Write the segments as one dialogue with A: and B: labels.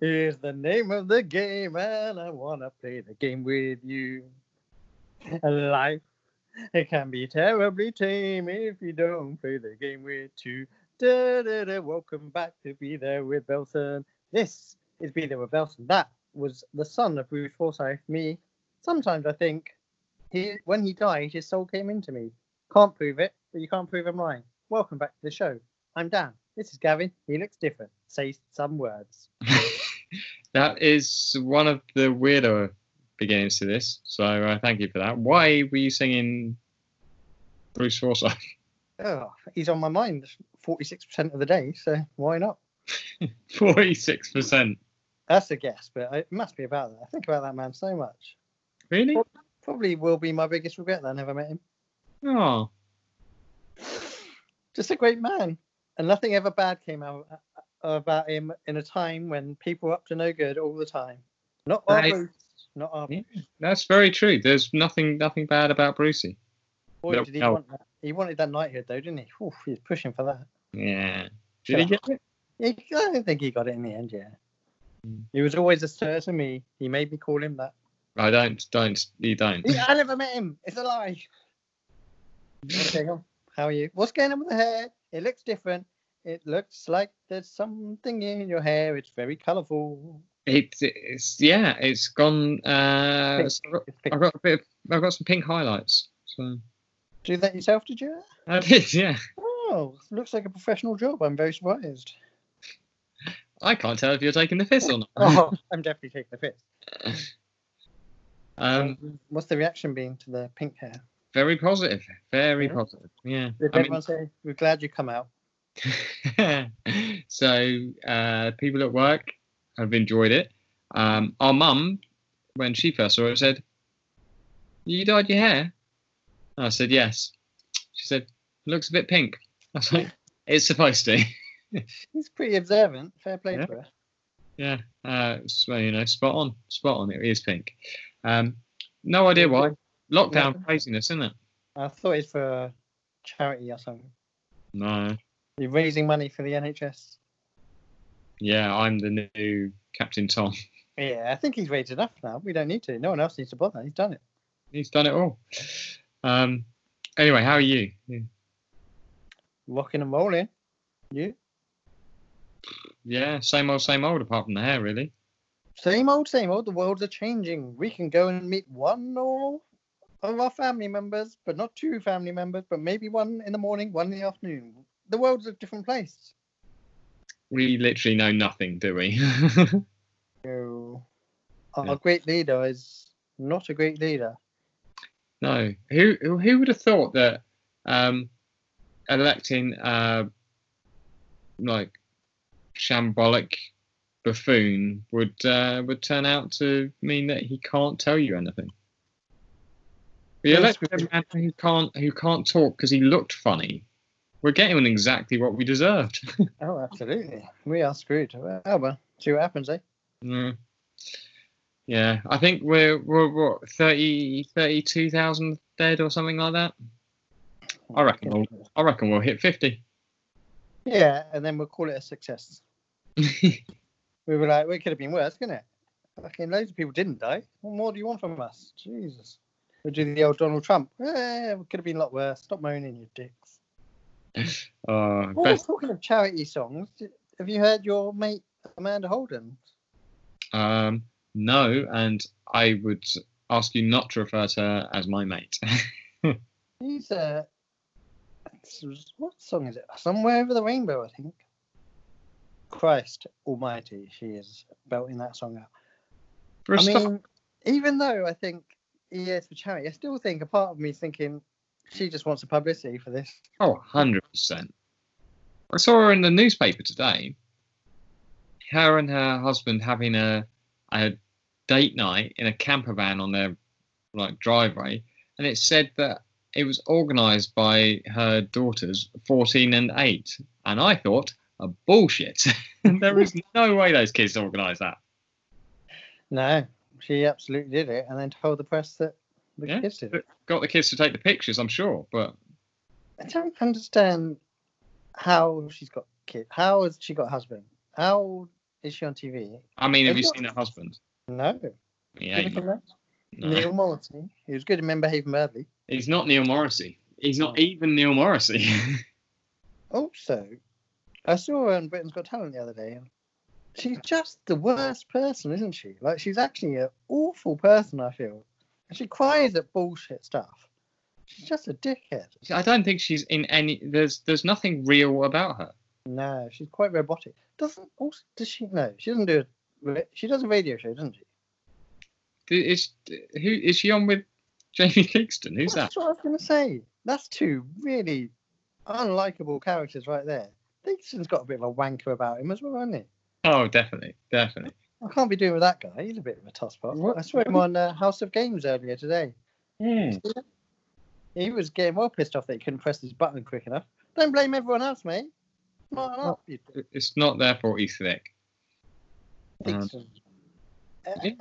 A: Here's the name of the game, and I want to play the game with you. Life, it can be terribly tame if you don't play the game with two. Da, da, da. Welcome back to Be There with Belton. This is Be There with Belton. That was the son of Bruce Forsyth, me. Sometimes I think he, when he died, his soul came into me. Can't prove it, but you can't prove I'm lying. Welcome back to the show. I'm Dan. This is Gavin. He looks different. Say some words.
B: That is one of the weirder beginnings to this, so uh, thank you for that. Why were you singing Bruce Forsyth?
A: Oh, he's on my mind 46% of the day, so why not?
B: 46%.
A: That's a guess, but it must be about that. I think about that man so much.
B: Really?
A: Probably will be my biggest regret that I never met him.
B: Oh,
A: Just a great man, and nothing ever bad came out uh, about him in a time when people were up to no good all the time. Not our
B: Right.
A: Bruce, not our
B: Yeah. that's very true. There's nothing nothing bad about Brucey.
A: boy.
B: No,
A: did he
B: no.
A: want that? He wanted that knighthood though, didn't he? Oof, he was pushing for that.
B: Yeah. Did he get it?
A: Yeah, I don't think he got it in the end. Yeah,
B: Hmm.
A: he was always a sir to me. He made me call him that.
B: I don't, don't, you don't.
A: He- I never met him. It's a lie. Okay, go on. how are you? What's going on with the hair? It looks different. It looks like there's something in your hair. It's very colourful.
B: It, it's yeah, it's gone. Uh,
A: Pink.
B: so I've, got,
A: It's pink.
B: I've got a bit. Of, I've got some pink highlights. So
A: Do that yourself, did you?
B: I did. Yeah,
A: Oh, looks like a professional job. I'm very surprised.
B: I can't tell if you're taking the piss or not.
A: Oh, I'm definitely taking the piss.
B: Um,
A: What's the reaction been to the pink hair?
B: very positive. Very
A: Yeah.
B: positive. Yeah.
A: Did
B: I mean-
A: everyone say we're glad you come out?
B: so uh, people at work have enjoyed it. Um, our mum, when she first saw it, said, "You dyed your hair?" I said, "Yes." She said, "Looks a bit pink." I was like, "It's supposed to."
A: He's pretty observant. Fair play
B: Yeah.
A: to her.
B: yeah. Uh, so you know, spot on, spot on. It is pink. Um, no idea why. Lockdown
A: Yeah.
B: craziness, isn't it?
A: I thought it's for charity or something.
B: No.
A: You're raising money for the NHS.
B: Yeah, I'm the new Captain Tom.
A: Yeah, I think he's raised enough now. We don't need to. No one else needs to bother. He's done it.
B: He's done it all. Um, anyway, how are you?
A: Rocking and rolling. You?
B: Yeah, same old, same old, apart from the hair, really.
A: Same old, same old. The worlds are changing. We can go and meet one or of our family members, but not two family members, but maybe one in the morning, one in the afternoon. The world's a different place.
B: We literally know nothing, do we?
A: So, our
B: Yeah.
A: great leader is not a great leader.
B: no. Who who who would have thought that um, electing uh, like shambolic buffoon would uh, would turn out to mean that he can't tell you anything? We
A: Yes,
B: elected
A: we-
B: a man who can't who can't talk because he looked funny. We're getting exactly what we deserved.
A: Oh, absolutely. We are screwed. Oh, well, see what happens, eh?
B: Mm. Yeah, I think we're we're what 30, 32,000 dead or something like that. I reckon we'll, I reckon we'll hit fifty.
A: Yeah, and then we'll call it a success. We were like, well, it could have been worse, couldn't it? Fucking loads of people didn't die. What more do you want from us? Jesus. We'll do the old Donald Trump. Yeah, it could have been a lot worse. Stop moaning, you dicks.
B: uh,
A: Oh,
B: best,
A: talking of charity songs, d- have you heard your mate Amanda Holden?
B: um, no, and I would ask you not to refer to her as my mate.
A: She's uh, this was- what song is it? Somewhere over the rainbow, I think. Christ Almighty, she is belting that song out.
B: For a
A: I
B: start,
A: mean, even though I think yes for charity, I still think a part of me is thinking she just wants the publicity for this.
B: oh, 100 percent. I saw her in the newspaper today. Her and her husband having a a date night in a camper van on their like driveway, and it said that it was organised by her daughters, fourteen and eight. And I thought, a bullshit. there is no way those kids organise that.
A: No, she absolutely did it, and then told the press that the
B: Yeah.
A: kids did it.
B: Got the kids to take the pictures, I'm sure, but
A: I don't understand how she's got kid. How has she got a husband? How Is she on TV?
B: I mean, have
A: Have
B: you
A: you-
B: seen her husband?
A: No.
B: Yeah,
A: Give it a
B: no.
A: look. Neil Morrissey. He was good in Memberhaven Madly.
B: He's not Neil Morrissey. He's not
A: Oh.
B: even Neil Morrissey.
A: Also, I saw her on Britain's Got Talent the other day, and she's just the worst person, isn't she? Like, she's actually an awful person, I feel. And she cries at bullshit stuff. She's just a dickhead.
B: I don't think she's in any. There's there's nothing real about her.
A: No, she's quite robotic. Doesn't also does she? No, she doesn't do it. She does a radio show, doesn't she?
B: Is who is she on with? Jamie Kingston. Who's that?
A: That's what I was going to say. That's two really unlikable characters right there. Dixon's got a bit of a wanker about him as well, hasn't he?
B: Oh, definitely, definitely.
A: I can't be doing with that guy. He's a bit of a tosspot.
B: What-
A: I saw him on uh, House of Games earlier today. Hmm. He was getting well pissed off that he couldn't press his button quick enough. Don't blame everyone else, mate. Not enough. You
B: It's not their fault he's thick. Um,
A: Dixon. Uh,
B: yeah.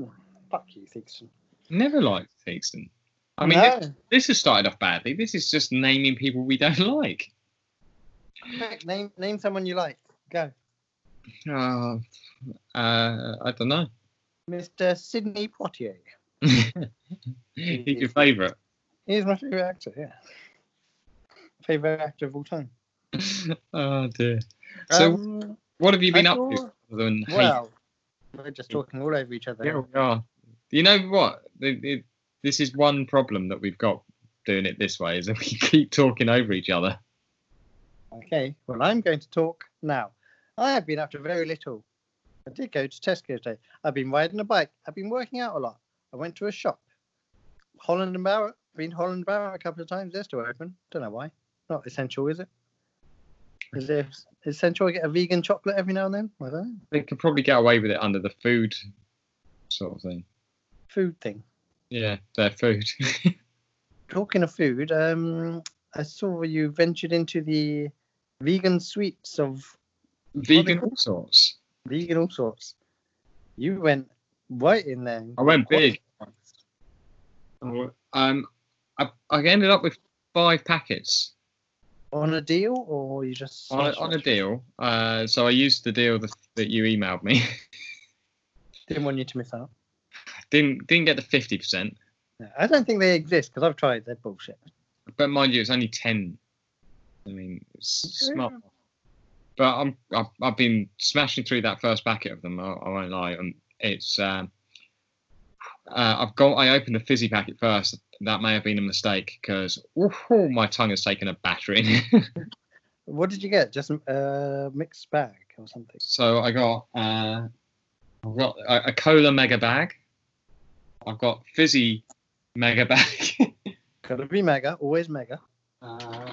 A: uh, fuck you, Dixon.
B: Never liked Kingston. I mean,
A: no.
B: this has started off badly. This is just naming people we don't like.
A: Quick, name name someone you like. Go,
B: Uh, uh, I don't know.
A: Mr. Sidney Poitier. Hmm.
B: He's your favourite.
A: He's my favorite actor. Yeah, favorite actor of all time.
B: Oh dear. So,
A: Um,
B: what have you been
A: I
B: up to?
A: saw-
B: Other than hate?
A: well, we're just talking all over each other.
B: yeah, we are. You know what? The- the- This is one problem that we've got doing it this way is that we keep talking over each other.
A: Okay, well, I'm going to talk now. I have been up to very little. I did go to Tesco today. I've been riding a bike. I've been working out a lot. I went to a shop. Holland and Barrett. Been to Holland and Barrett a couple of times. They're still open. Don't know why. Not essential, is it? Is it essential to get a vegan chocolate every now and then? I don't know.
B: They could probably get away with it under the food sort of thing.
A: Food thing.
B: Yeah, their food.
A: Talking of food, um, I saw you ventured into the vegan sweets of
B: Vegan all sorts.
A: vegan all sorts. You went right in there.
B: I went
A: Quite-
B: big. Um, I, I ended up with five packets
A: on a deal or you just
B: on a, on a deal. Uh, so I used the deal that, that you emailed me.
A: didn't want you to miss out
B: didn't didn't get the fifty percent,
A: No, i don't think they exist because i've tried they're bullshit
B: but mind you, it's only ten. I mean, it's
A: Yeah.
B: smart. But I'm I've, I've been smashing through that first packet of them. I, I won't lie. And it's um, uh, I've got I opened the fizzy packet first. That may have been a mistake because my tongue has taken a battering.
A: what did you get just a uh, mixed bag or something
B: So I got uh, I've got a, a cola mega bag. I've got fizzy mega bag.
A: gotta be mega always mega
B: uh,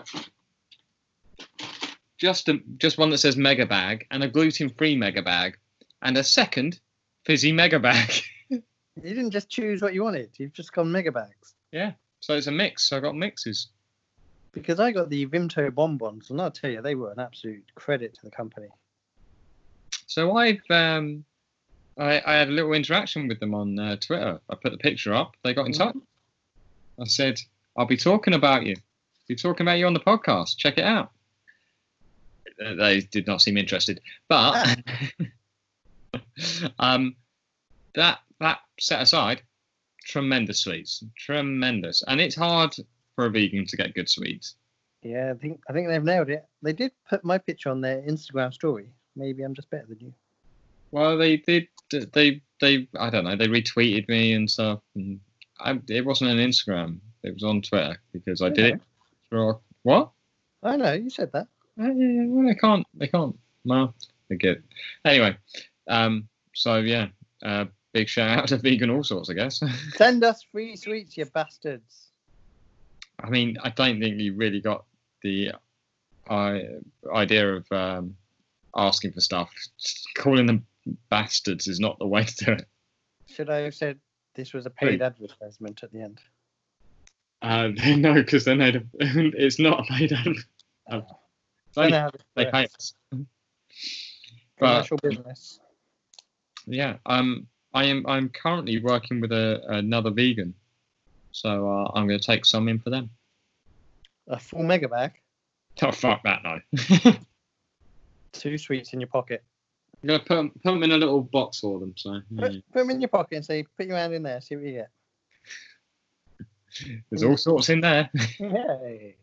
B: just a, just one that says mega bag and a gluten free mega bag and a second fizzy mega bag.
A: you didn't just choose what you wanted you've just gone mega bags
B: so it's a mix. So I got mixes.
A: because i got the vimto bonbons and i'll tell you they were an absolute credit to the company
B: So I've um, I, I had a little interaction with them on uh, Twitter. I put the picture up. They got in touch. I said, "I'll be talking about you. Be talking about you on the podcast. Check it out." Uh, They did not seem interested, but um, that that set aside, tremendous sweets, tremendous, and it's hard for a vegan to get good sweets.
A: yeah i think i think they've nailed it they did put my picture on their instagram story maybe i'm just better than you
B: Well, they did. They they I don't know. They retweeted me and stuff. And I, it wasn't on Instagram. It was on Twitter because I did it for what?
A: i know you said that
B: Uh, Well, they can't. They can't. No, they get. Anyway, um. So yeah, uh, big shout out to vegan all sorts. I guess.
A: send us free sweets you bastards
B: I mean, I don't think you really got the uh, idea of um, asking for stuff. Calling them bastards is not the way to do it.
A: Should I have said this was a paid
B: Wait.
A: advertisement at the end?
B: Uh, no, because then they'd have, it's not made up. Oh. It's
A: Uh, Don't know
B: only
A: how this
B: they pay
A: works.
B: us. But
A: Commercial business.
B: yeah, um, I am I'm currently working with a, another vegan, so uh, I'm going to take some in for them.
A: A full mega bag,
B: Oh fuck that no.
A: two sweets in your pocket.
B: I'm gonna put 'em- put them in a little box for them. So
A: Put,
B: yeah.
A: put them in your pocket and say, put your hand in there, see what you get.
B: there's all sorts in there.
A: Yay.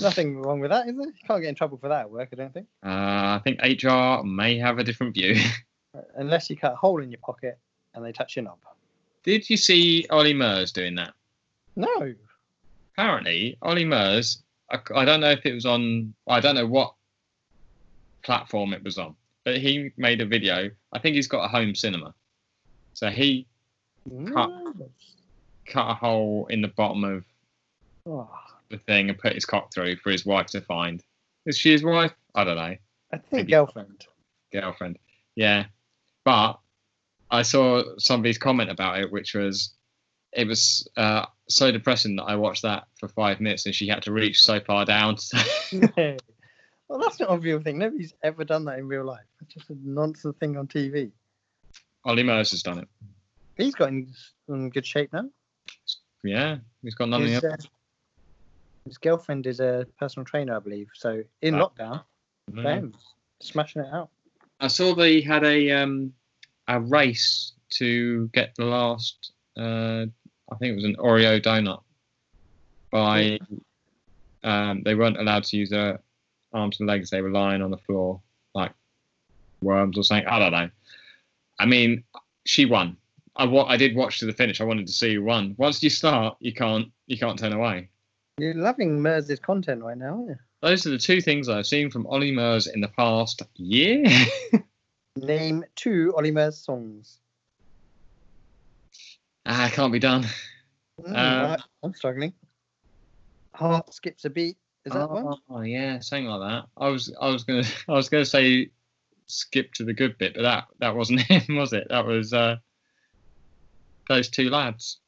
A: Nothing wrong with that, is there? You can't get in trouble for that at work, I don't think.
B: Uh, I think HR may have a different view.
A: Uh, Unless you cut a hole in your pocket and they touch your knob.
B: Did you see Ollie Murs doing that?
A: No.
B: Apparently, Ollie Murs. I, I don't know if it was on. I don't know what platform it was on, but he made a video. I think he's got a home cinema, so he
A: no.
B: cut a hole in the bottom of
A: Oh,
B: the thing and put his cock through for his wife to find. Is she his wife? I don't know.
A: I think
B: Maybe.
A: girlfriend.
B: girlfriend. Yeah. But I saw somebody's comment about it, which was it was uh, so depressing that I watched that for five minutes and she had to reach so far down.
A: No. well, that's not a real thing. Nobody's ever done that in real life. It's just a nonsense thing on TV.
B: Ollie Murs has done it.
A: He's got in, in good shape now.
B: Yeah. He's got none of
A: His,
B: the
A: uh, his girlfriend is a personal trainer, I believe. So in
B: Ah.
A: lockdown,
B: other-
A: bam, smashing it out.
B: I saw they had a um, a race to get the last. Uh, I think it was an Oreo donut. By um, they weren't allowed to use their arms and legs. They were lying on the floor like worms or something. I don't know. I mean, she won. I wa- I did watch to the finish. I wanted to see who won. Once you start, you can't you can't turn away.
A: You're loving Mers's content right now, aren't you?
B: Those are the two things I've seen from Ollie Murs in the past year.
A: Name two Ollie Mers songs.
B: ah, can't be done.
A: Mm,
B: Uh,
A: I- I'm struggling. Heart skips a beat. Is that
B: oh,
A: one?
B: Oh yeah, something like that. I was I was gonna I was gonna say skip to the good bit, but that that wasn't him, was it? That was uh those two lads.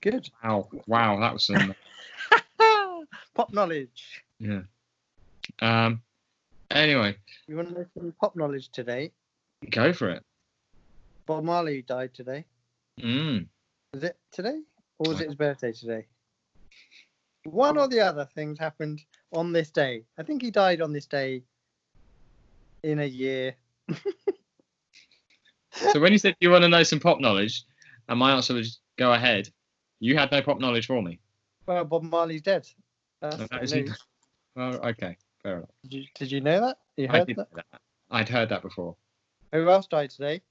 A: Good. Ah,
B: Wow, wow, that was some
A: pop knowledge.
B: um anyway,
A: You want to know some pop knowledge today?
B: go for it.
A: Bob Marley died today.
B: Mm.
A: Is it today? Or was it his birthday today? One or the other things happened on this day. I think he died on this day in a year.
B: So when you said you want to know some pop knowledge, and my answer was go ahead, you had no pop knowledge for me.
A: Well, Bob Marley's dead. That's
B: That
A: the
B: is he-
A: news.
B: Well, okay, fair enough.
A: Did you, did you know that? You
B: I
A: heard
B: did
A: that?
B: know that. I'd heard that before.
A: Who else died today?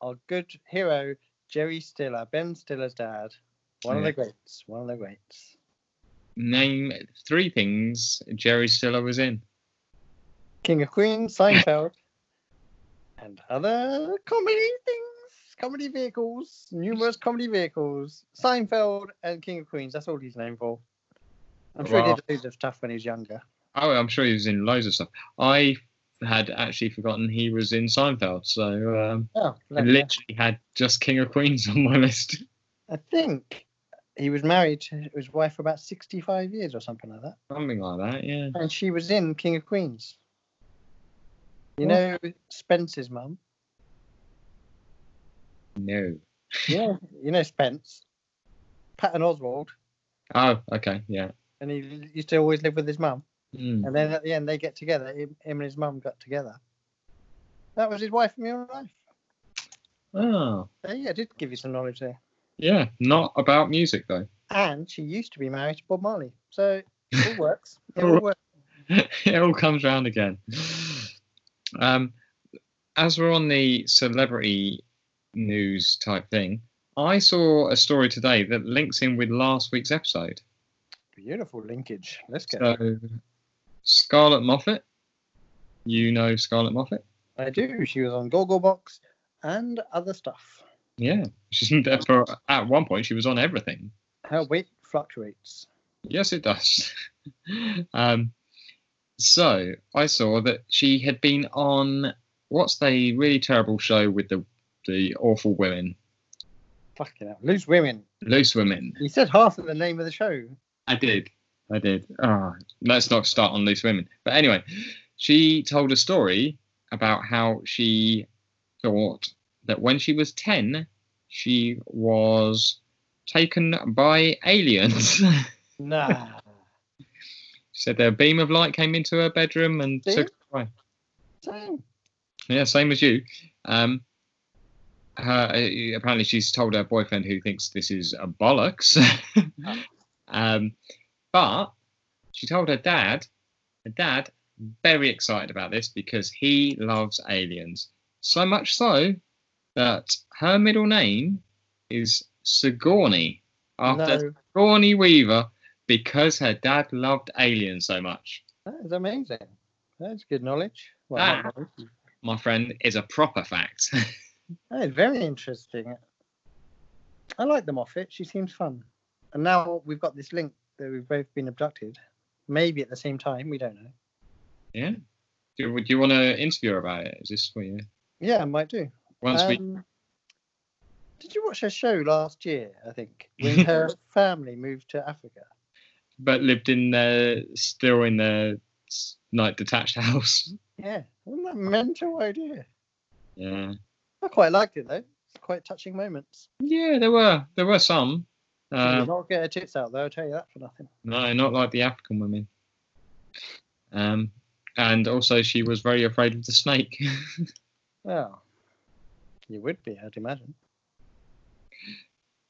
A: Our good hero, Jerry Stiller, Ben Stiller's dad. One of
B: Yeah.
A: the greats. One of the greats.
B: Name three things Jerry Stiller was in.
A: King of Queens, Seinfeld, and other comedy things, comedy vehicles, numerous comedy vehicles. Seinfeld and King of Queens, that's all he's known for. I'm sure
B: Wow.
A: he did loads of stuff when he was younger.
B: Oh, I'm sure he was in loads of stuff. I had actually forgotten he was in Seinfeld, so um,
A: Oh,
B: I
A: let me know.
B: literally had just King of Queens on my list.
A: I think he was married to his wife for about 65 years or something like that.
B: Something like that, yeah.
A: And she was in King of Queens. You know
B: What?
A: Spence's mum?
B: No.
A: Yeah. you know Spence? Patton Oswald.
B: Oh, okay, yeah.
A: And he used to always live with his mum.
B: Hmm.
A: And then at the end, they get together. Him, him and his mum got together. That was his wife in real life.
B: Oh,
A: So, yeah, I did give you some knowledge there.
B: yeah. Not about music though.
A: And she used to be married to Bob Marley. So it all works. It all
B: Alright.
A: works.
B: it all comes round again. Um, as we're on the celebrity news type thing, I saw a story today that links in with last week's episode.
A: Beautiful linkage. Let's go.
B: So, Scarlett Moffat. You know Scarlett Moffat?
A: I do. She was on Gogglebox and other stuff.
B: Yeah. She's in there for, at one point, she was on everything.
A: Her weight fluctuates.
B: Yes, it does. um, so, I saw that she had been on what's the really terrible show with the, the awful women?
A: Fucking hell. Loose women.
B: Loose Women.
A: You said half of the name of the show.
B: I did. I did. Ah, let's not start on loose women. But anyway, she told a story about how she thought that when she was 10, she was taken by aliens. she
A: Nah.
B: said their beam of light came into her bedroom and
A: See?
B: took her away.
A: Same.
B: Yeah, same as you. Um, her, uh, apparently, she's told her boyfriend, who thinks this is a bollocks. um, but she told her dad. Her dad very excited about this because he loves aliens so much so that her middle name is Sigourney
A: No,
B: after Sigourney Weaver because her dad loved aliens so much.
A: that is amazing. That's good knowledge. Well,
B: Ah.
A: not knowledge.
B: My friend is a proper fact.
A: That is very interesting. I like the Moffat. She seems fun. And now we've got this link that we've both been abducted. Maybe at the same time. We don't know.
B: yeah. Do, you- do you want to interview her about it? Is this for you?
A: Yeah, I might do.
B: Once we
A: Um, Did you watch her show last year? I think when her family moved to Africa.
B: but lived in the still in the s- like detached house.
A: Yeah, wasn't that a mental idea?
B: Yeah.
A: I quite liked it though. It's quite touching moments.
B: Yeah, there were there were some.
A: She
B: Uh,
A: did not get her tits out though. I'll tell you that for nothing.
B: No, not like the African women. Um, and also she was very afraid of the snake.
A: Well, you would be, I'd imagine.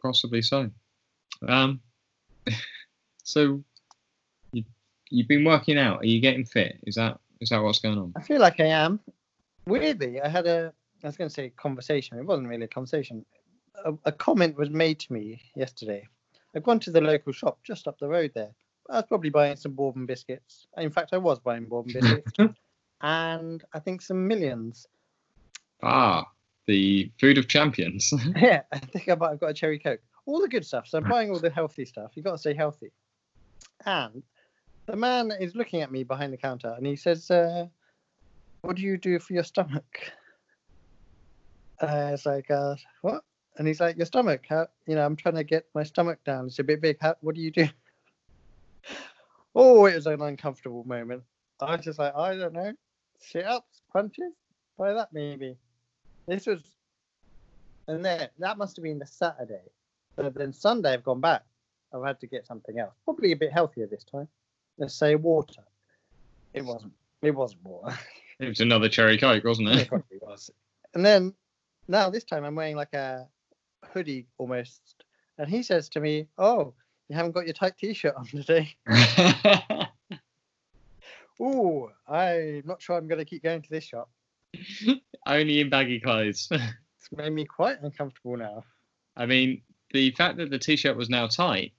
B: Possibly so. Um, so you, you've been working out. Are you getting fit? Is that is that what's going on?
A: I feel like I am. Weirdly, I had a. I was going to say conversation. It wasn't really a conversation. A, a comment was made to me yesterday. I'd gone to the local shop just up the road there. I was probably buying some Bourbon biscuits. In fact, I was buying Bourbon biscuits and I think some millions.
B: Ah, the food of champions.
A: yeah, I think I might have got a cherry coke. All the good stuff. So I'm buying all the healthy stuff. You've got to stay healthy. And the man is looking at me behind the counter and he says, uh, What do you do for your stomach? Uh, it's like, uh, What? And he's like, Your stomach, how, you know, I'm trying to get my stomach down. It's a bit big. How, what do you do? oh, it was an uncomfortable moment. I was just like, I don't know. Sit ups, punches, try that maybe. This was and then that must have been the Saturday. So then Sunday, I've gone back. I've had to get something else, probably a bit healthier this time. Let's say water. It wasn't. It wasn't water.
B: it was another cherry coke, wasn't
A: it
B: it?
A: probably was. And then now this time, I'm wearing like a hoodie almost. And he says to me, "Oh, you haven't got your tight t-shirt on today." Ooh, I'm not sure I'm going to keep going to this shop.
B: Only in baggy clothes.
A: It's made me quite uncomfortable now.
B: I mean, the fact that the t-shirt was now tight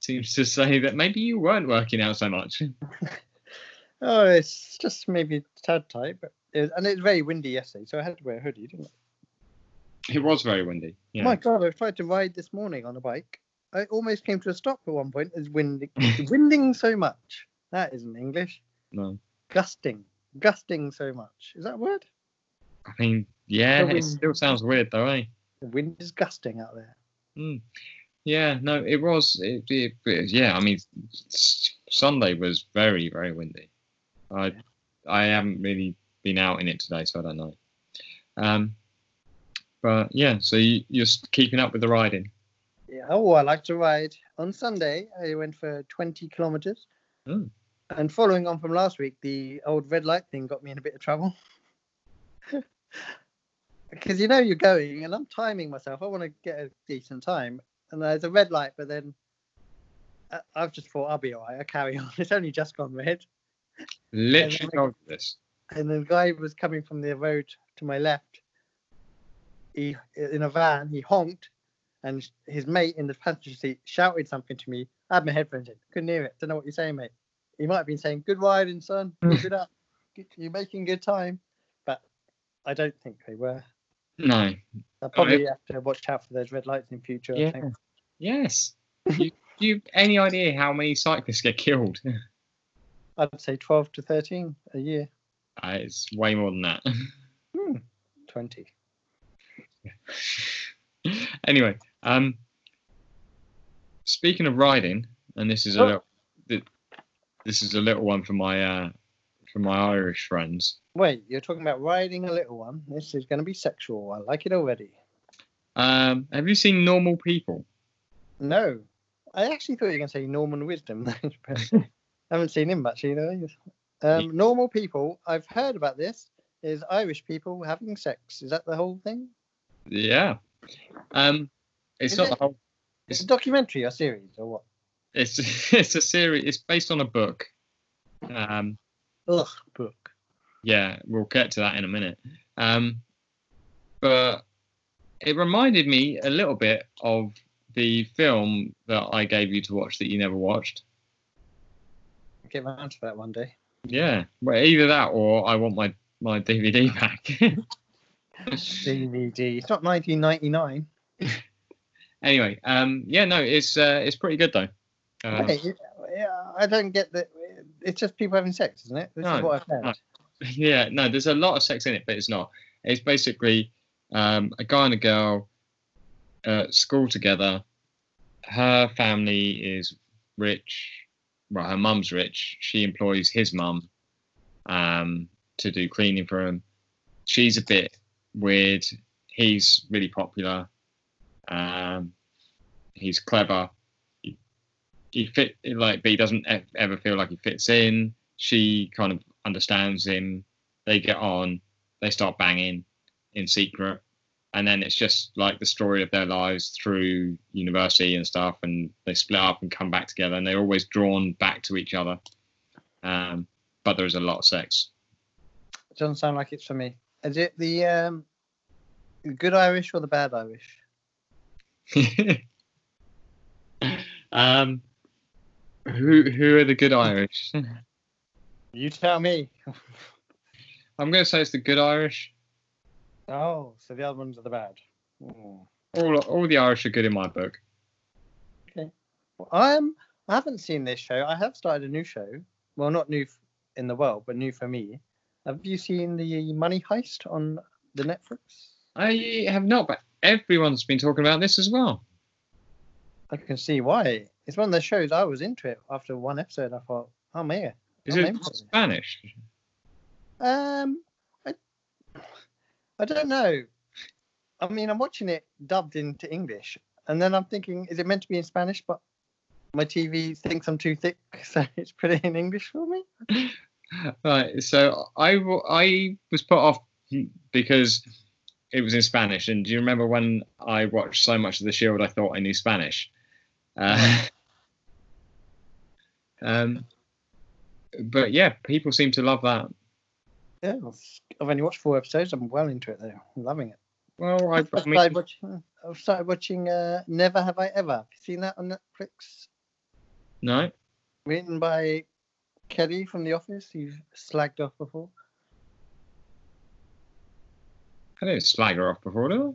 B: seems to say that maybe you weren't working out so much.
A: Oh, it's just maybe a tad tight, but it was, and it's very windy yesterday, so I had to wear a hoodie, didn't I?
B: It was very windy. Yeah.
A: My God, I tried to ride this morning on a bike. I almost came to a stop at one point. It's winding, it's winding so much. That isn't English.
B: No.
A: Gusting, gusting so much. Is that a word?
B: I mean, yeah,
A: The
B: it
A: wind.
B: still sounds weird though, eh?
A: The wind is gusting out there.
B: Yeah, no, it was. It, it, it- yeah, I mean, s- Sunday was very, very windy. I, I haven't really been out in it today, so I don't know. Um, but yeah, so you, you're s- keeping up with the riding.
A: Yeah. Oh, I like to ride. On Sunday, I went for 20 kilometers.
B: Oh.
A: And following on from last week, the old red light thing got me in a bit of trouble. Because you know you're going, and I'm timing myself. I want to get a decent time. And there's a red light, but then I- I've just thought I'll be all right. I'll carry on. It's only just gone red.
B: Literally
A: Yeah,
B: told you this.
A: and the guy was coming from the road to my left. He in a van, he honked, and his mate in the passenger seat shouted something to me. I had my headphones in, couldn't hear it. Don't know what you're saying, mate. He might have been saying, "Good riding, son. Keep it up. Good- You're making good time," but I don't think they were.
B: No.
A: I probably have to watch out for those red lights in future. I
B: Yeah.
A: think.
B: Yes. you, do you any idea how many cyclists get killed? Uh,
A: I'd say 12 to 13 a year.
B: Uh, it's way more than that.
A: 20.
B: anyway, um, speaking of riding, and this is a
A: Oh.
B: little, th- this is a little one for my uh, for my Irish friends.
A: Wait, you're talking about riding a little one. This is going to be sexual. I like it already.
B: Um, have you seen Normal People?
A: No, I actually thought you were going to say Norman Wisdom. but I haven't seen him much either. Um, normal people, I've heard about this. is Irish people having sex. Is that the whole thing?
B: Yeah. Um, it's
A: Is
B: not
A: it?
B: the whole.
A: It's a documentary or series or what?
B: It's it's a series. It's based on a book. Um,
A: Ugh, book.
B: yeah, we'll get to that in a minute. Um, but it reminded me a little bit of the film that I gave you to watch that you never watched.
A: I'll get round to that one day.
B: Yeah, well, either that or I want my my DVD back.
A: DVD. It's not 1999.
B: anyway, um, yeah, no, it's uh, it's pretty good though. Uh,
A: Hey, you- yeah, I don't get that. It's just people having sex, isn't it? This is
B: No,
A: what I've found.
B: no. yeah, no, there's a lot of sex in it, but it's not. It's basically um, a guy and a girl at school together. Her family is rich. Well, her mum's rich. She employs his mum um, to do cleaning for him. She's a bit weird. He's really popular. Um, he's clever. He, he fit like, but he doesn't e- ever feel like he fits in. She kind of understands him. They get on. They start banging in secret, and then it's just like the story of their lives through university and stuff. And they split up and come back together, and they're always drawn back to each other. Um, but there's a lot of sex.
A: Doesn't sound like it's for me. Is it the um, the good Irish or the bad Irish?
B: um, who who are the good Irish?
A: You tell me.
B: I'm going to say it's the good Irish.
A: Oh, so the other ones are the bad. Hmm.
B: All all the Irish are good in my book.
A: I'm. I haven't seen this show. I have started a new show. Well, not new f- in the world, but new for me. Have you seen the Money Heist on the Netflix?
B: I have not, but everyone's been talking about this as well.
A: I can see why. It's one of those shows I was into it after one episode. I thought, I'm here.
B: Is
A: Oh,
B: it
A: maybe.
B: Spanish?
A: Um, I, I don't know. I mean, I'm watching it dubbed into English, and then I'm thinking, is it meant to be in Spanish? But my TV thinks I'm too thick, so it's put it in English for me.
B: Right. So I wa- I was put off because it was in Spanish. And do you remember when I watched so much of The Shield, I thought I knew Spanish? Uh, um, but yeah, people seem to love that.
A: Yeah, I've only watched four episodes. I'm well into it though. I'm loving it.
B: Well, I,
A: I've
B: I mean,
A: started watching. I've started watching. Uh, Never have I ever. Have you seen that on Netflix?
B: no.
A: Written by Kelly from The Office. You've slagged off before.
B: I didn't slag her off before, did I?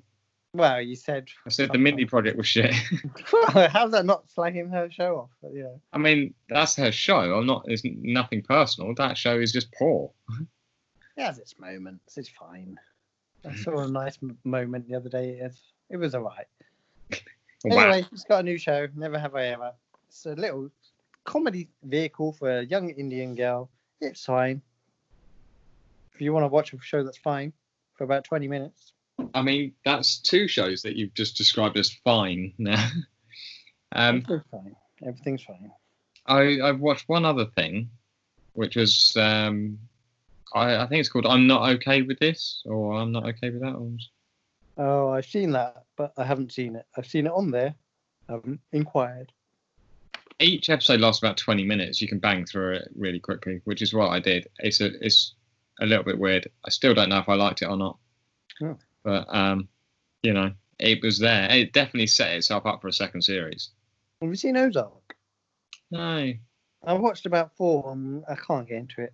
A: Well, you said.
B: I said the Mindy Project was shit.
A: How's that not slagging her show off? But yeah.
B: I mean, that's her show. I'm not. It's nothing personal. That show is just poor.
A: It has its moments. It's fine. I saw a nice m- moment the other day. It, it was all right.
B: Wow.
A: Anyway, it's got a new show, Never Have I Ever. It's a little comedy vehicle for a young Indian girl. It's fine. If you want to watch a show that's fine for about 20 minutes,
B: I mean, that's two shows that you've just described as fine now. um,
A: everything's fine. Everything's fine.
B: I, I've watched one other thing, which was um, I, I think it's called "I'm Not Okay with This" or "I'm Not Okay with That." Or,
A: Oh, I've seen that, but I haven't seen it. I've seen it on there. I haven't inquired.
B: each episode lasts about 20 minutes. You can bang through it really quickly, which is what I did. It's a it's a little bit weird. I still don't know if I liked it or not,
A: Oh.
B: but um, you know, it was there. It definitely set itself up for a second series.
A: Have you seen Ozark?
B: No,
A: I watched about four and I can't get into it.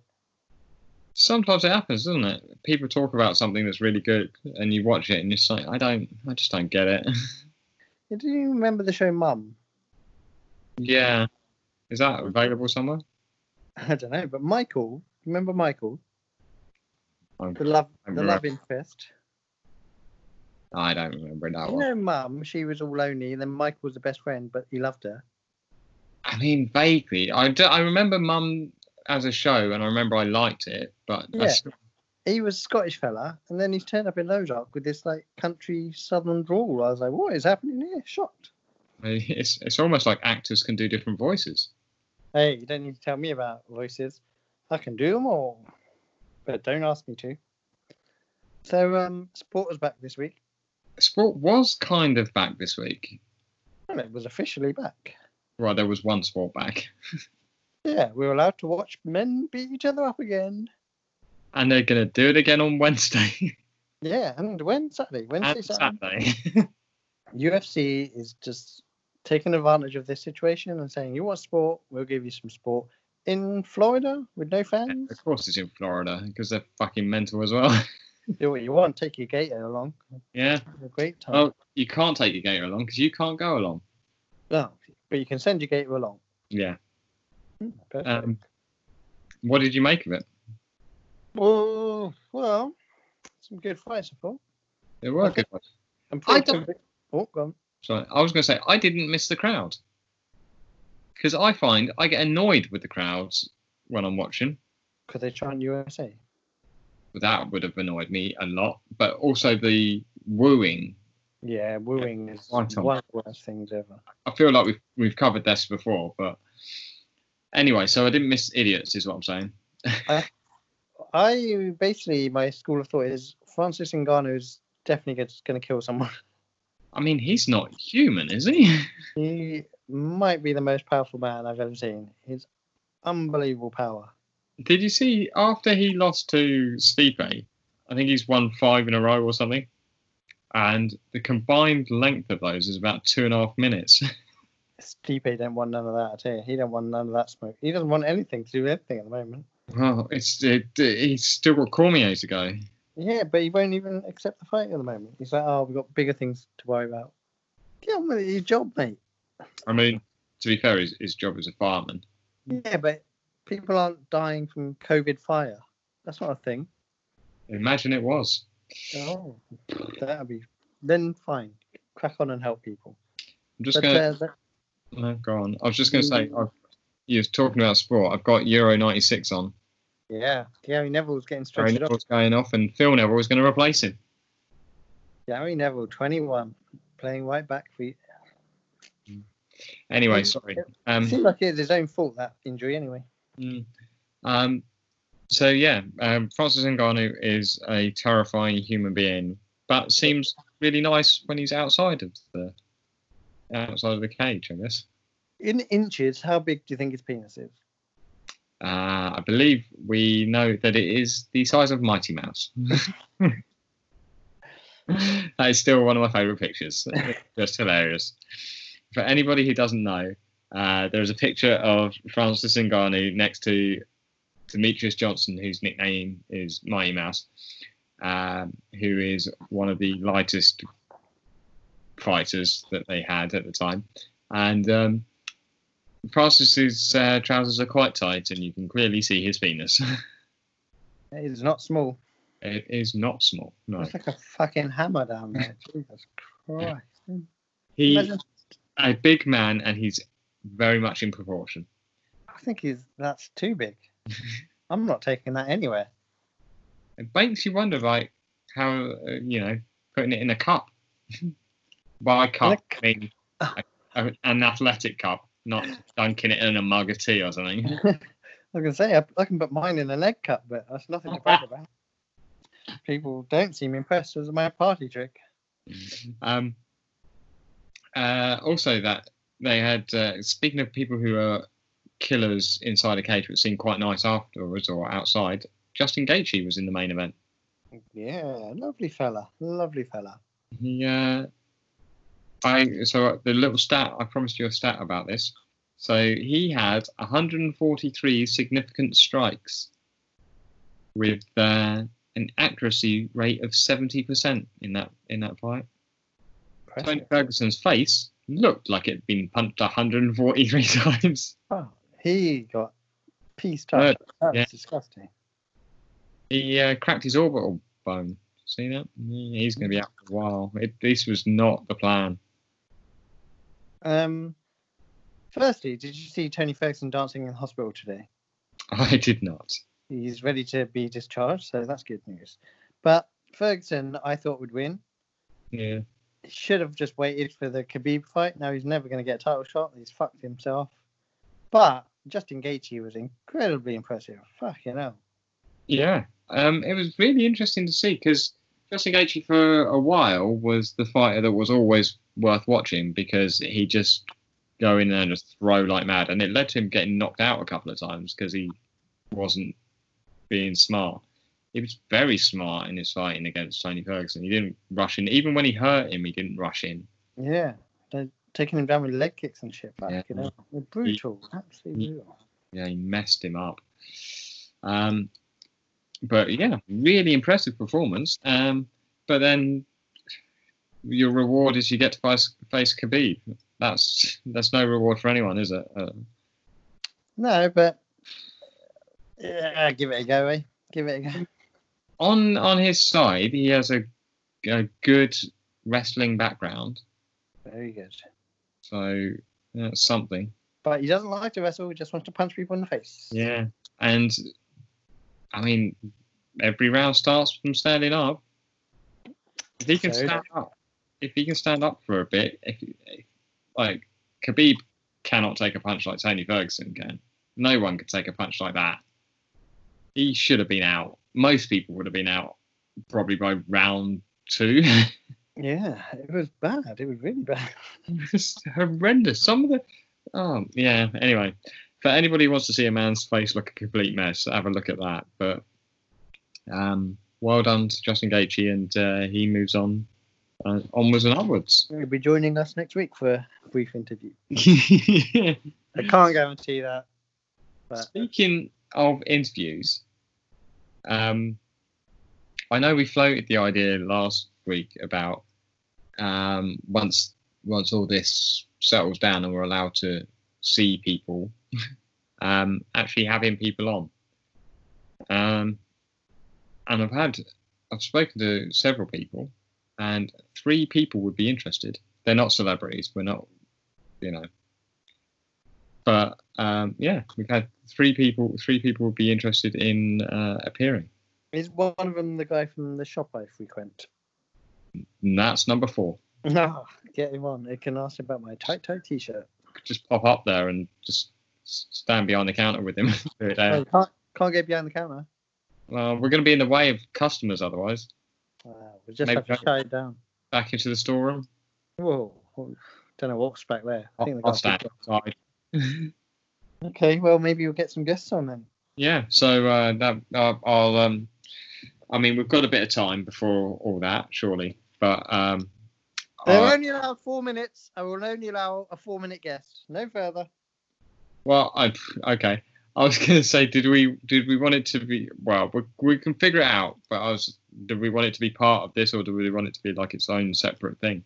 B: sometimes it happens, doesn't it? People talk about something that's really good, and you watch it, and you're just like, I don't, I just don't get it.
A: Do you remember the show Mum?
B: yeah, is that available somewhere?
A: I don't know, but Michael, remember Michael,
B: I'm,
A: the love,
B: I
A: the love interest.
B: I don't remember that
A: You
B: one.
A: know, Mum, she was all lonely, and then Michael was the best friend, but he loved her.
B: I mean, vaguely. I do- I remember Mum as a show, and I remember I liked it, but I
A: Yeah.
B: still-
A: He was a Scottish fella, and then he's turned up in Ozark with this like country southern drawl. I was like, what is happening here? Shocked.
B: I mean, it's it's almost like actors can do different voices.
A: Hey, you don't need to tell me about voices. I can do them all, but don't ask me to. So, um, support was back this week.
B: Sport was kind of back this week.
A: Well, it was officially back.
B: Right, there was one sport back,
A: Yeah, we were allowed to watch men beat each other up again.
B: and they're going to do it again on Wednesday
A: Yeah, and when Saturday, Wednesday,
B: and
A: Saturday,
B: Saturday.
A: UFC is just taking advantage of this situation and saying, "You want sport? We'll give you some sport." In Florida, with no fans,
B: of course, it's in Florida because they're fucking mental as well.
A: do what you want. Take your gator along.
B: yeah.
A: Have a great time.
B: Oh, you can't take your gator along because you can't go along.
A: No, but you can send your gator along.
B: Yeah.
A: Hmm, perfect.
B: Um, what did you make of it?
A: well, well, some good fights, I thought.
B: It were good. ones.
A: I'm
B: I
A: pretty
B: don't-
A: convic- Oh, go on.
B: Sorry, I was going to say I didn't miss the crowd because I find I get annoyed with the crowds when I'm watching.
A: Could they chant USA?
B: That would have annoyed me a lot, but also the wooing.
A: Yeah, wooing is
B: Right on.
A: one of the worst things ever.
B: I feel like we've we've covered this before, but anyway, so I didn't miss idiots, is what I'm saying.
A: I basically my school of thought is Francis Ngannou is definitely going to kill someone.
B: I mean, he's not human, is he?
A: He might be the most powerful man I've ever seen. He's unbelievable power.
B: Did you see after he lost to Stipe? I think he's won five in a row or something. And the combined length of those is about two and a half minutes.
A: Stipe don't want none of that. I tell you, he don't want none of that smoke. He doesn't want anything to do with anything at the moment.
B: well, it's it, he's still got Cormier to go.
A: Yeah, but he won't even accept the fight at the moment. He's like, oh, we've got bigger things to worry about. Get on with your job, mate.
B: I mean, to be fair, his, his job is a fireman.
A: Yeah, but people aren't dying from COVID fire. That's not a thing.
B: Imagine it was.
A: Oh, that'll be then fine. Crack on and help people.
B: I'm just
A: But
B: gonna
A: uh, Mm. that-
B: no, go on. I was just gonna say, I've, you was talking about sport. I've got Euro '96 on.
A: yeah, Gary Neville's getting
B: Gary
A: stretched up.
B: Neville's going off, and Phil Neville is going to replace him.
A: Gary Neville, 21, playing right back for you.
B: Anyway,
A: Um,
B: sorry.
A: yeah.
B: Um,
A: Seems like it's his own fault that injury anyway.
B: Mm. Um, so yeah, um, Francis Ngannou is a terrifying human being, but seems really nice when he's outside of the outside of the cage. I guess.
A: In inches, how big do you think his penis is?
B: Uh, I believe we know that it is the size of Mighty Mouse. that is still one of my favourite pictures. It's just hilarious. For anybody who doesn't know, uh, there is a picture of Francis Ngannou next to Demetrius Johnson, whose nickname is Mighty Mouse, um, who is one of the lightest fighters that they had at the time. And um, Francis's uh, trousers are quite tight, and you can clearly see his penis.
A: It's not small.
B: it is not small. No,
A: It's like a fucking hammer down there. Jesus Christ.
B: he's
A: Imagine-
B: a big man, and he's very much in proportion.
A: I think he's that's too big. I'm not taking that anywhere.
B: It makes you wonder, like, how uh, you know putting it in a cup. By cup, I mean
A: Ah.
B: a- a- an athletic cup, not dunking it in a mug of tea or something.
A: I can say I, I can put mine in an egg cup, but that's nothing to brag about. People don't seem impressed with my party trick.
B: Um, uh, also, that they had, uh, speaking of people who are killers inside a cage but seem quite nice afterwards or outside, Justin Gaethje was in the main event.
A: Yeah, lovely fella, lovely fella.
B: He, uh, I, so the little stat, I promised you a stat about this. So he had 143 significant strikes with uh, an accuracy rate of 70% in that in that fight. Tony
A: Impressive.
B: Ferguson's face looked like it'd been punched 143 times.
A: Oh, he got peace time. That was
B: yeah.
A: disgusting.
B: He uh, cracked his orbital bone. See that? Yeah, He's going to be out for a while. It, this was not the plan.
A: Um, firstly, did you see Tony Ferguson dancing in the hospital today?
B: I did not.
A: He's ready to be discharged, so that's good news. But Ferguson, I thought would win.
B: Yeah.
A: He should have just waited for the Khabib fight. Now he's never going to get a title shot. He's fucked himself. But Justin Gaethje was incredibly impressive. Fucking hell.
B: Yeah. Um, it was really interesting to see because Justin Gaethje for a while was the fighter that was always worth watching because he just go in there and just throw like mad, and it led to him getting knocked out a couple of times because he wasn't being smart. He was very smart in his fighting against Tony Ferguson. He didn't rush in, even when he hurt him, he didn't rush in.
A: Yeah, they taking him down with leg kicks and shit back.
B: Yeah.
A: You know, They're brutal, absolutely
B: Ye-
A: brutal.
B: Yeah, he messed him up. Um, but yeah, really impressive performance. Um, but then your reward is you get to face, face Khabib. That's that's no reward for anyone, is it? Uh,
A: No, but yeah, give it a go, eh? Give it a go.
B: on on his side, he has a, a good wrestling background,
A: Very good.
B: so that's something.
A: But he doesn't like to wrestle. He just wants to punch people in the face.
B: Yeah, and I mean, every round starts from standing up. If he can
A: So-
B: stand up, if he can stand up for a bit, if, if like Khabib cannot take a punch like Tony Ferguson can. No one could take a punch like that. He should have been out. Most people would have been out probably by round two.
A: Yeah, it was bad. It was really bad.
B: It's horrendous. Some of the, oh yeah. Anyway, for anybody who wants to see a man's face look a complete mess, have a look at that. But um, well done to Justin Gaethje, and uh, he moves on, uh, onwards and upwards.
A: He'll be joining us next week for a brief interview.
B: Speaking
A: I can't guarantee that. But
B: of interviews, um, I know we floated the idea last week about um, once once all this settles down and we're allowed to see people, um, actually having people on. Um, and I've had I've spoken to several people, and three people would be interested. They're not celebrities. We're not, you know. But um, yeah, we've had three people. Three people would be interested in uh, appearing.
A: is one of them the guy from the shop I frequent?
B: And that's number four.
A: No, get him on. It can ask about my tight tie t-shirt.
B: could just pop up there and just s- stand behind the counter with him. Do it
A: No,
B: there.
A: you Oh, can't can't get behind the counter.
B: Well, we're going to be in the way of customers otherwise.
A: Wow, Uh, we just
B: Maybe
A: have to
B: don't-
A: tie it down.
B: Back into the storeroom.
A: Whoa, don't know what's back there. I think they
B: I'll, I'll
A: got a
B: stand
A: big
B: outside.
A: one. Okay, well maybe we'll get some guests on then.
B: Yeah. So uh, that uh, I'll. Um, I mean, we've got a bit of time before all that, surely. But um,
A: They're
B: I-
A: only allowed four minutes. I will only allow a four-minute guest, no further.
B: well, I okay. I was going to say, did we did we want it to be? Well, we, we can figure it out. But I was, do we want it to be part of this, or do we want it to be like its own separate thing?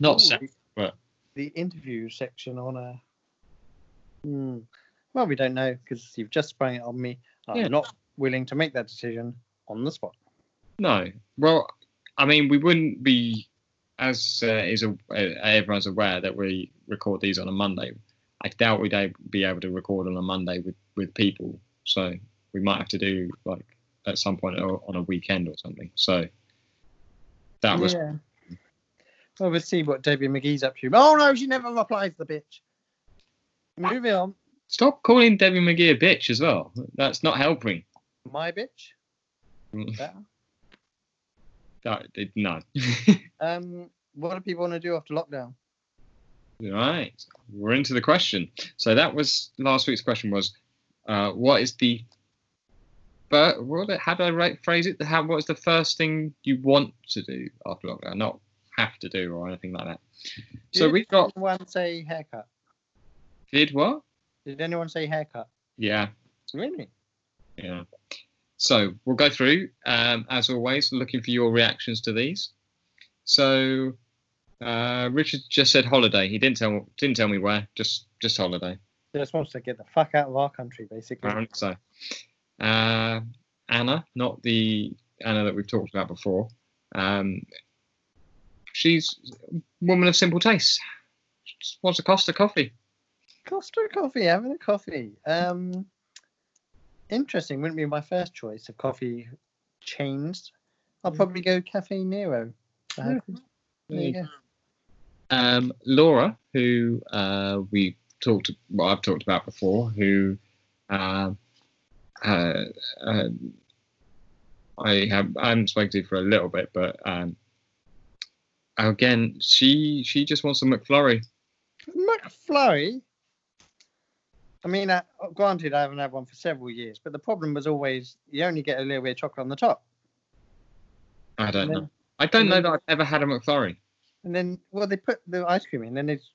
B: Not
A: Ooh,
B: separate. but-
A: the interview section on a. Hmm. Well, we don't know because you've just sprung it on me. I'm
B: Yeah.
A: not willing to make that decision on the spot.
B: No. Well, I mean, we wouldn't be, as uh, is a, uh, everyone's aware, that we record these on a Monday. I doubt we'd ab- be able to record on a Monday with, with people. So we might have to do like at some point o- on a weekend or something. So that was
A: yeah. Well, we'll see what Debbie McGee's up to. Oh no, she never replies. The bitch. Moving on.
B: stop calling Debbie McGee a bitch as well. That's not helping.
A: My bitch.
B: Mm.
A: Better.
B: That, it, no.
A: Um, what do people want to do after lockdown?
B: Right, we're into the question. So that was last week's question was, uh, what is the, but what how do I right, phrase it? How what is the first thing you want to do after lockdown? Not have to do or anything like that. So
A: Did
B: we got
A: anyone say haircut?
B: did what?
A: Did anyone say haircut?
B: Yeah,
A: Really?
B: yeah. So we'll go through um, as always, looking for your reactions to these. So uh, Richard just said holiday. He didn't tell didn't tell me where. Just just holiday.
A: Just wants to get the fuck out of our country, basically.
B: apparently so. Uh, Anna, not the Anna that we've talked about before. Um, she's a woman of simple tastes. She just wants a Costa coffee.
A: Costa coffee, having a coffee. Um, interesting. Wouldn't be my first choice of coffee chains. I'll probably go Cafe Nero. Uh, there you go.
B: Um, Laura, who uh, we talked, well, I've talked about before, who uh, uh, uh, I have I haven't spoken to for a little bit, but um, again, she she just wants a McFlurry.
A: McFlurry. I mean, uh, granted, I haven't had one for several years, but the problem was always you only get a little bit of chocolate on the top.
B: I don't
A: And then-
B: know. I don't
A: and
B: know
A: then-
B: that I've ever had a McFlurry.
A: And then, well, they put the ice cream in, then it's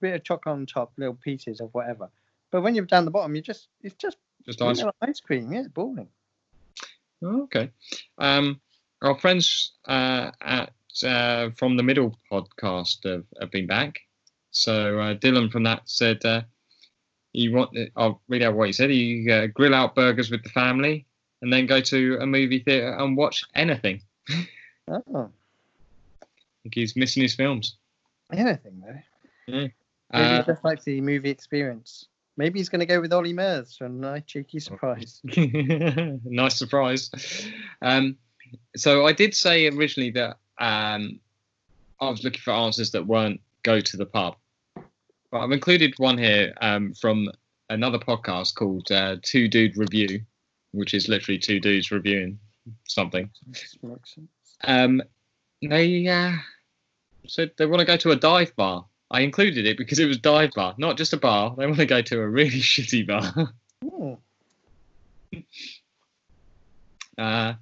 A: bit of chocolate on top, little pieces of whatever. But when you're down the bottom, you just it's just
B: Just ice.
A: vanilla ice cream. Yeah, it's boring.
B: Oh, okay. Um, our friends uh, at uh, from the middle podcast have, have been back. So uh, Dylan from that said uh, he want. uh, I'll read out what he said. He uh, grill out burgers with the family and then go to a movie theater and watch anything. I
A: Oh,
B: think he's missing his films.
A: anything though. Maybe he
B: Uh,
A: just like the movie experience. Maybe he's going to go with Ollie Murs for a nice cheeky surprise.
B: nice surprise. Um, so I did say originally that um, I was looking for answers that weren't go to the pub, but I've included one here um, from another podcast called uh, Two Dude Review, which is literally two dudes reviewing something.
A: Makes sense.
B: Um, they uh, said they want to go to a dive bar. I included it because it was dive bar, not just a bar. They want to go to a really shitty bar.
A: Hmm.
B: Uh,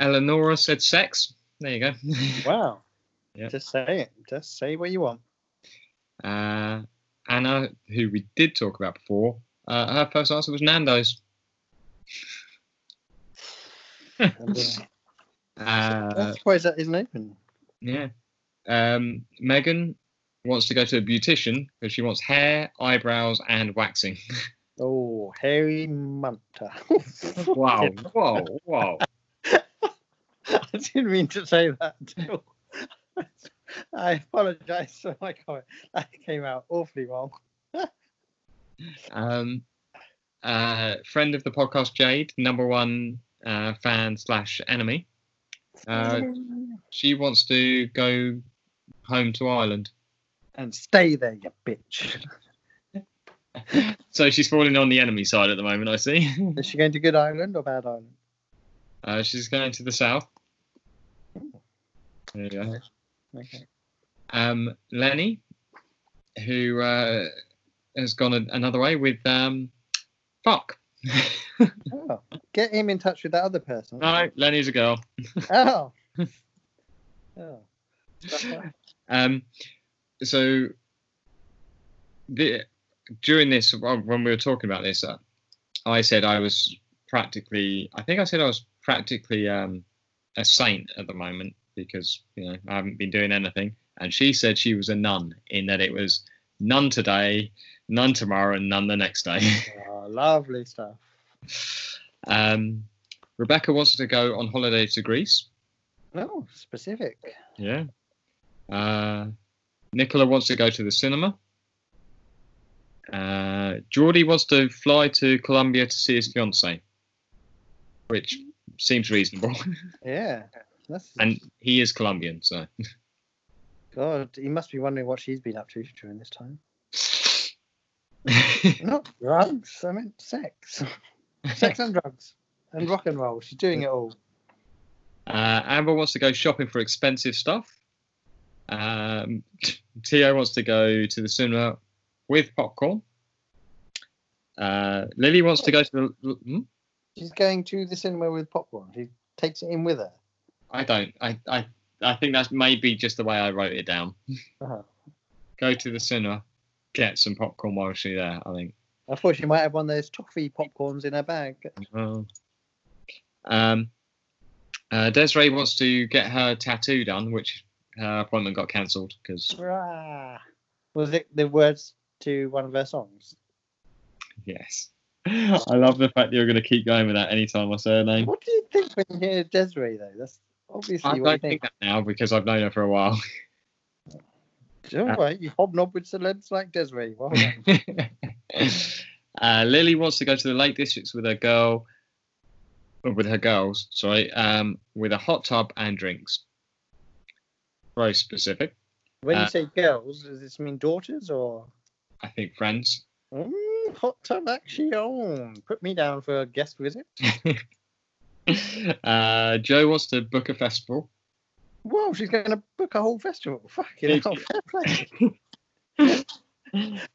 B: Eleonora said sex. There you go.
A: Wow.
B: Yeah.
A: Just say it. Just say what you want.
B: Uh, Anna, who we did talk about before, uh, her first answer was Nando's. Uh,
A: That's why that isn't open.
B: yeah. Um, Megan wants to go to a beautician because she wants hair, eyebrows, and waxing.
A: Oh, Harry Munter.
B: Wow. whoa, whoa.
A: I didn't mean to say that. at all. I apologize for my comment. That came out awfully wrong.
B: Um, uh, friend of the podcast, Jade, number one uh, fan slash enemy. Uh, she wants to go home to Ireland.
A: and stay there, you bitch.
B: So she's falling on the enemy side at the moment, I see.
A: Is she going to Good Island or Bad Island?
B: Uh, she's going to the south. There you go.
A: Okay.
B: Um, Lenny, who uh, has gone a- another way with um, fuck.
A: Oh, get him in touch with that other person.
B: no, Lenny's a girl.
A: Oh. oh. Okay.
B: Um, so the, during this, when we were talking about this, uh, I said I was practically, I think I said I was practically um, a saint at the moment because, you know, I haven't been doing anything. And she said she was a nun in that it was none today, none tomorrow, and none the next day.
A: Oh, lovely stuff.
B: um, Rebecca wants to go on holiday to Greece.
A: No, Oh, specific.
B: Yeah. Uh, Nicola wants to go to the cinema. Uh, Geordie wants to fly to Colombia to see his fiance, which seems reasonable.
A: Yeah. That's
B: and he is Colombian, so.
A: God, he must be wondering what she's been up to during this time. Not drugs, I meant sex. sex and drugs. And rock and roll. She's doing it all.
B: Uh, Amber wants to go shopping for expensive stuff. Um, Tio wants to go to the cinema with popcorn. Uh, Lily wants to go to the. Hmm?
A: She's going to the cinema with popcorn. She takes it in with her.
B: I don't. I, I I think that's maybe just the way I wrote it down.
A: Uh-huh.
B: Go to the cinema, get some popcorn while she's there. I think.
A: I thought she might have one of those toffee popcorns in her bag.
B: Oh. Um, uh, Desiree wants to get her tattoo done, which her appointment got cancelled because
A: Rah. Was it the words to one of her songs?
B: yes. I love the fact that you're going to keep going with that anytime I say her name.
A: What do you think when you hear Desiree, though? That's obviously
B: I
A: what you
B: don't
A: think.
B: think that now because I've known her for a while.
A: All right, you hobnob with celebs like Desiree. Well done.
B: uh, Lily wants to go to the Lake Districts with her girl, or with her girls, sorry, um, with a hot tub and drinks. Very specific.
A: when you
B: Uh,
A: say girls, does this mean daughters or
B: I think friends.
A: Mm, hot tub action? Put me down for a guest visit.
B: Uh, Joe wants to book a festival.
A: Whoa, she's going to book a whole festival. Fucking
B: Big-
A: hell, fair play.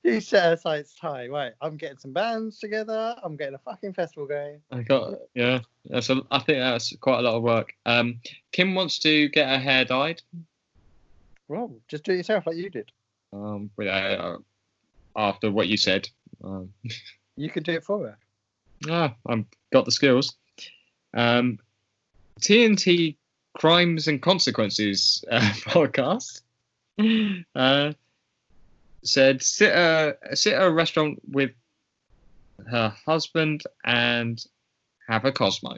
A: She set aside time. Right, I'm getting some bands together. I'm getting a fucking festival going.
B: I got yeah. That's a, I think that's quite a lot of work. Um, Kim wants to get her hair dyed.
A: Whoa, just do it yourself like you did.
B: Um, but, uh, after what you said, um,
A: You could do it for her.
B: Ah, I've got the skills. Um, TNT Crimes and Consequences uh, podcast uh, said sit at a, sit at a restaurant with her husband and have a Cosmo.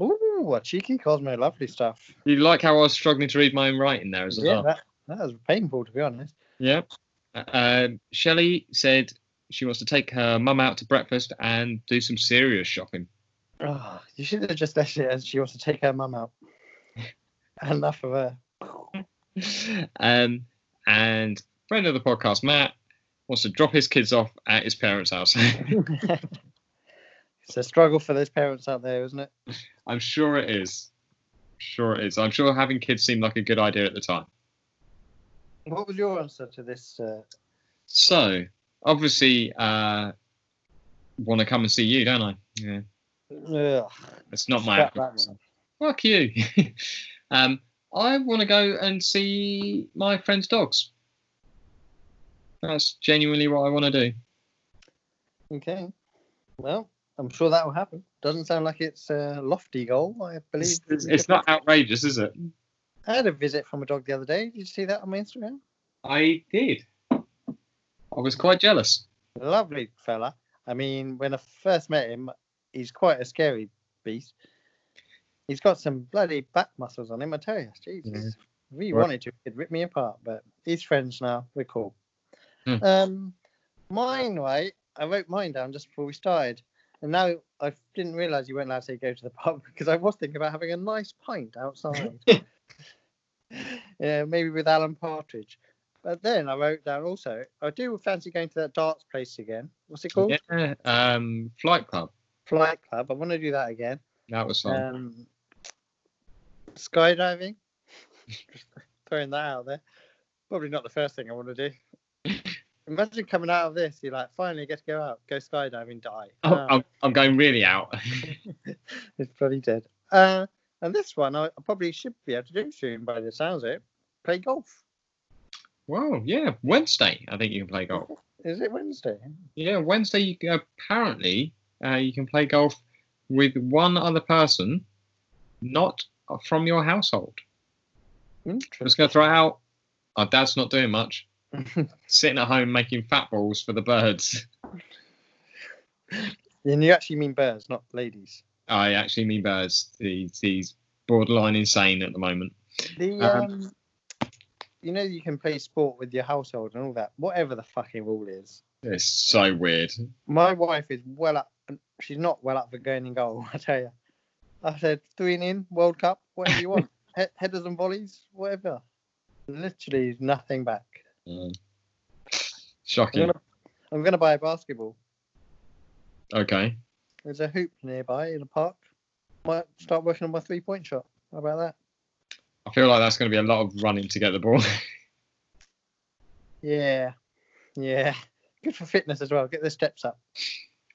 A: Ooh, a cheeky Cosmo, lovely stuff.
B: You like how I was struggling to read my own writing there as
A: Yeah,
B: well?
A: that, that was painful to be honest.
B: Yeah. Uh, Shelley said she wants to take her mum out to breakfast and do some serious shopping.
A: Oh, you should have just left it as she wants to take her mum out. Enough of her.
B: um, and friend of the podcast, Matt, wants to drop his kids off at his parents' house.
A: it's a struggle for those parents out there, isn't it?
B: I'm sure it is. Sure it is. I'm sure having kids seemed like a good idea at the time.
A: What was your answer to this? Uh,
B: So obviously, uh, want to come and see you, don't I? Yeah,
A: ugh,
B: that's not my.
A: scrap that one.
B: Fuck you. um, I want to go and see my friend's dogs. That's genuinely what I want to do.
A: Okay. Well, I'm sure that will happen. Doesn't sound like it's a lofty goal. I believe
B: It's, it's- it's not outrageous, is it?
A: I had a visit from a dog the other day. Did you see that on my Instagram?
B: I did. I was quite jealous.
A: Lovely fella. I mean, when I first met him, he's quite a scary beast. He's got some bloody back muscles on him, I tell you. Jesus. If he
B: Right.
A: wanted to, he'd rip me apart, but he's friends now. We're cool.
B: Hmm.
A: Um, mine, right? I wrote mine down just before we started. And now I didn't realise you weren't allowed to say go to the pub because I was thinking about having a nice pint outside. yeah, maybe with Alan Partridge. But then I wrote down also, I do fancy going to that darts place again. What's it called?
B: Yeah. Um, Flight Club.
A: Flight Club. I want to do that again.
B: That was fun.
A: Um, skydiving. Just throwing that out there. Probably not the first thing I want to do. Imagine coming out of this, you're like, finally get to go out, go skydiving, die.
B: Oh,
A: Ah,
B: I'm, I'm going really out.
A: It's bloody dead. Uh, and this one, I, I probably should be able to do soon by the sounds of it. Play golf.
B: Whoa, yeah. Wednesday, I think you can play golf.
A: Is it Wednesday?
B: Yeah, Wednesday, you can, apparently, uh, you can play golf with one other person, not from your household. I'm just
A: Interesting.
B: going to throw it out. Our dad's not doing much. Sitting at home making fat balls for the birds.
A: And you actually mean birds, not ladies.
B: I actually mean birds. He's, he's borderline insane at the moment.
A: The
B: Um,
A: um, you know you can play sport with your household and all that. Whatever the fucking rule is,
B: It's so weird.
A: my wife is well up. She's not well up for going in goal. I tell you. I said three and in World Cup, whatever you want, he- headers and volleys, whatever. Literally nothing back. I'm
B: Um, shocking.
A: gonna, I'm gonna buy a basketball.
B: Okay.
A: There's a hoop nearby in the park. Might start working on my three point shot. How about that?
B: I feel like that's going to be a lot of running to get the ball.
A: Yeah, yeah. Good for fitness as well. Get the steps up.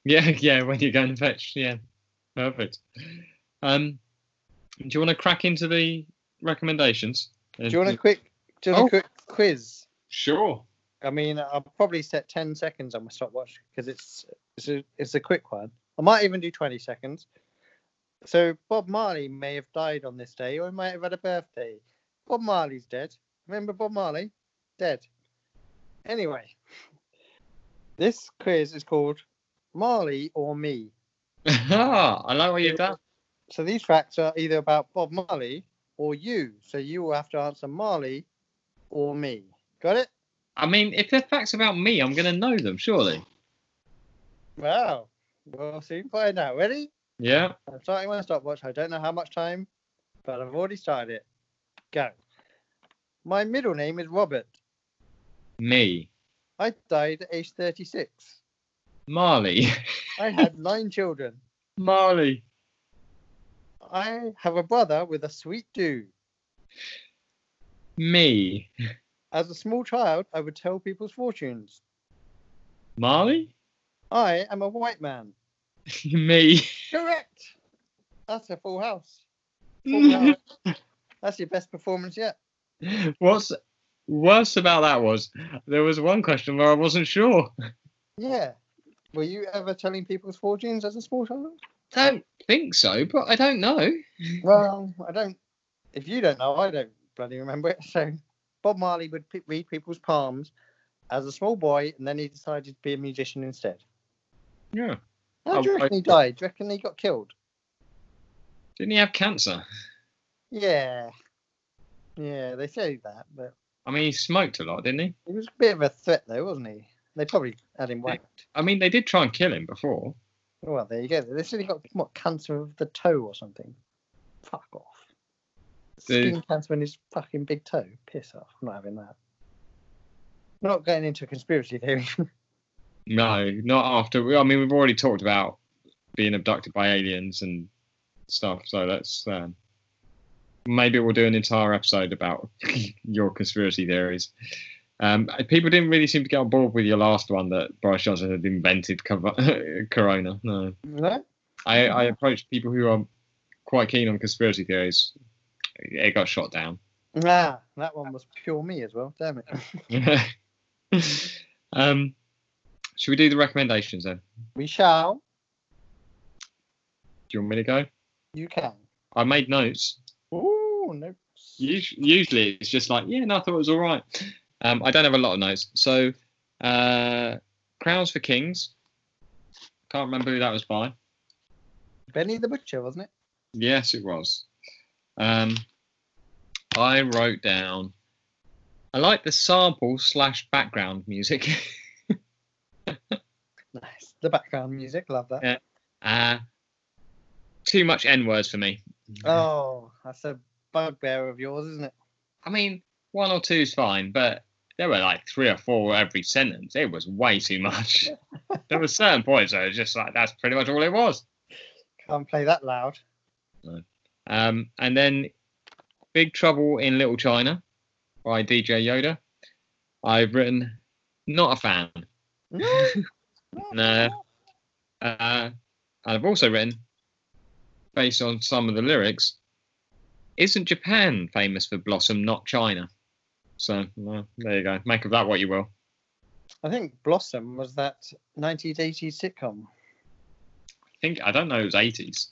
B: yeah, yeah, when you go and fetch. Yeah. Perfect. Um, do you want to crack into the recommendations?
A: Do you want a quick? Do you want
B: Oh.
A: a quick quiz?
B: Sure.
A: I mean, I'll probably set ten seconds on my stopwatch because it's it's a, it's a quick one. I might even do twenty seconds. So Bob Marley may have died on this day, or he might have had a birthday. Bob Marley's dead. Remember Bob Marley? Dead. Anyway, this quiz is called Marley or Me.
B: Ah, I like what you've done.
A: So these facts are either about Bob Marley or you. So you will have to answer Marley or me. Got it?
B: I mean, if they're facts about me, I'm going to know them, surely.
A: Wow. We'll soon find out. Ready?
B: Yeah.
A: I'm starting my stopwatch. I don't know how much time, but I've already started it. Go. My middle name is Robert.
B: Me.
A: I died at age 36.
B: Marley.
A: I had nine children.
B: Marley.
A: I have a brother with a sweet tooth.
B: Me.
A: As a small child, I would tell people's fortunes.
B: Marley?
A: I am a white man.
B: Me.
A: Correct. That's a full house. Full house.
B: What's
A: That's your best performance yet.
B: worse about that was there was one question where I wasn't sure.
A: Yeah. Were you ever telling people's fortunes as a small child?
B: Don't think so, but I don't know.
A: Well, I don't. If you don't know, I don't bloody remember it. So, Bob Marley would p- read people's palms as a small boy, and then he decided to be a musician instead.
B: Yeah.
A: How do you
B: Oh, I-
A: reckon he died? Do you reckon he got killed?
B: Didn't he have cancer?
A: Yeah. Yeah, they say that, but
B: I mean, he smoked a lot, didn't he?
A: he was a bit of a threat, though, wasn't he? They probably had him whacked.
B: I mean, they did try and kill him before.
A: Well, there you go. They said he got what cancer of the toe or something. Fuck off.
B: Dude.
A: Skin cancer in his fucking big toe. Piss off. I'm not having that. Not getting into a conspiracy theory.
B: No, not after. I mean, we've already talked about being abducted by aliens and stuff. So that's um, maybe we'll do an entire episode about your conspiracy theories. Um, people didn't really seem to get on board with your last one that Boris Johnson had invented cov- Corona. No,
A: no?
B: I, I approached people who are quite keen on conspiracy theories. It got shot down.
A: Nah, that one was pure me as well. Damn it.
B: um, should we do the recommendations then?
A: We shall.
B: Do you want me to go?
A: You can.
B: I made notes.
A: Ooh, no.
B: Us- Usually it's just like, yeah, no, I thought it was all right. Um, I don't have a lot of notes. So, uh, Crowns for Kings. Can't remember who that was by.
A: Benny the Butcher, wasn't it?
B: Yes, it was. Um, I wrote down. I like the sample slash background music.
A: Nice. The background music. Love that.
B: Yeah. uh, too much n words for me.
A: Oh, that's a bugbear of yours, isn't it?
B: I mean, one or two's fine, but there were like three or four every sentence. It was way too much. there were certain points I was just like, that's pretty much all it was.
A: Can't play that loud.
B: Um, and then Big Trouble in Little China by DJ Yoda. I've written, not a fan.
A: No.
B: No. Uh, and I've also written, based on some of the lyrics, isn't Japan famous for Blossom, not China? So well, there you go. Make of that what you will.
A: I think Blossom was that 1980s sitcom.
B: I think I don't know. It was eighties.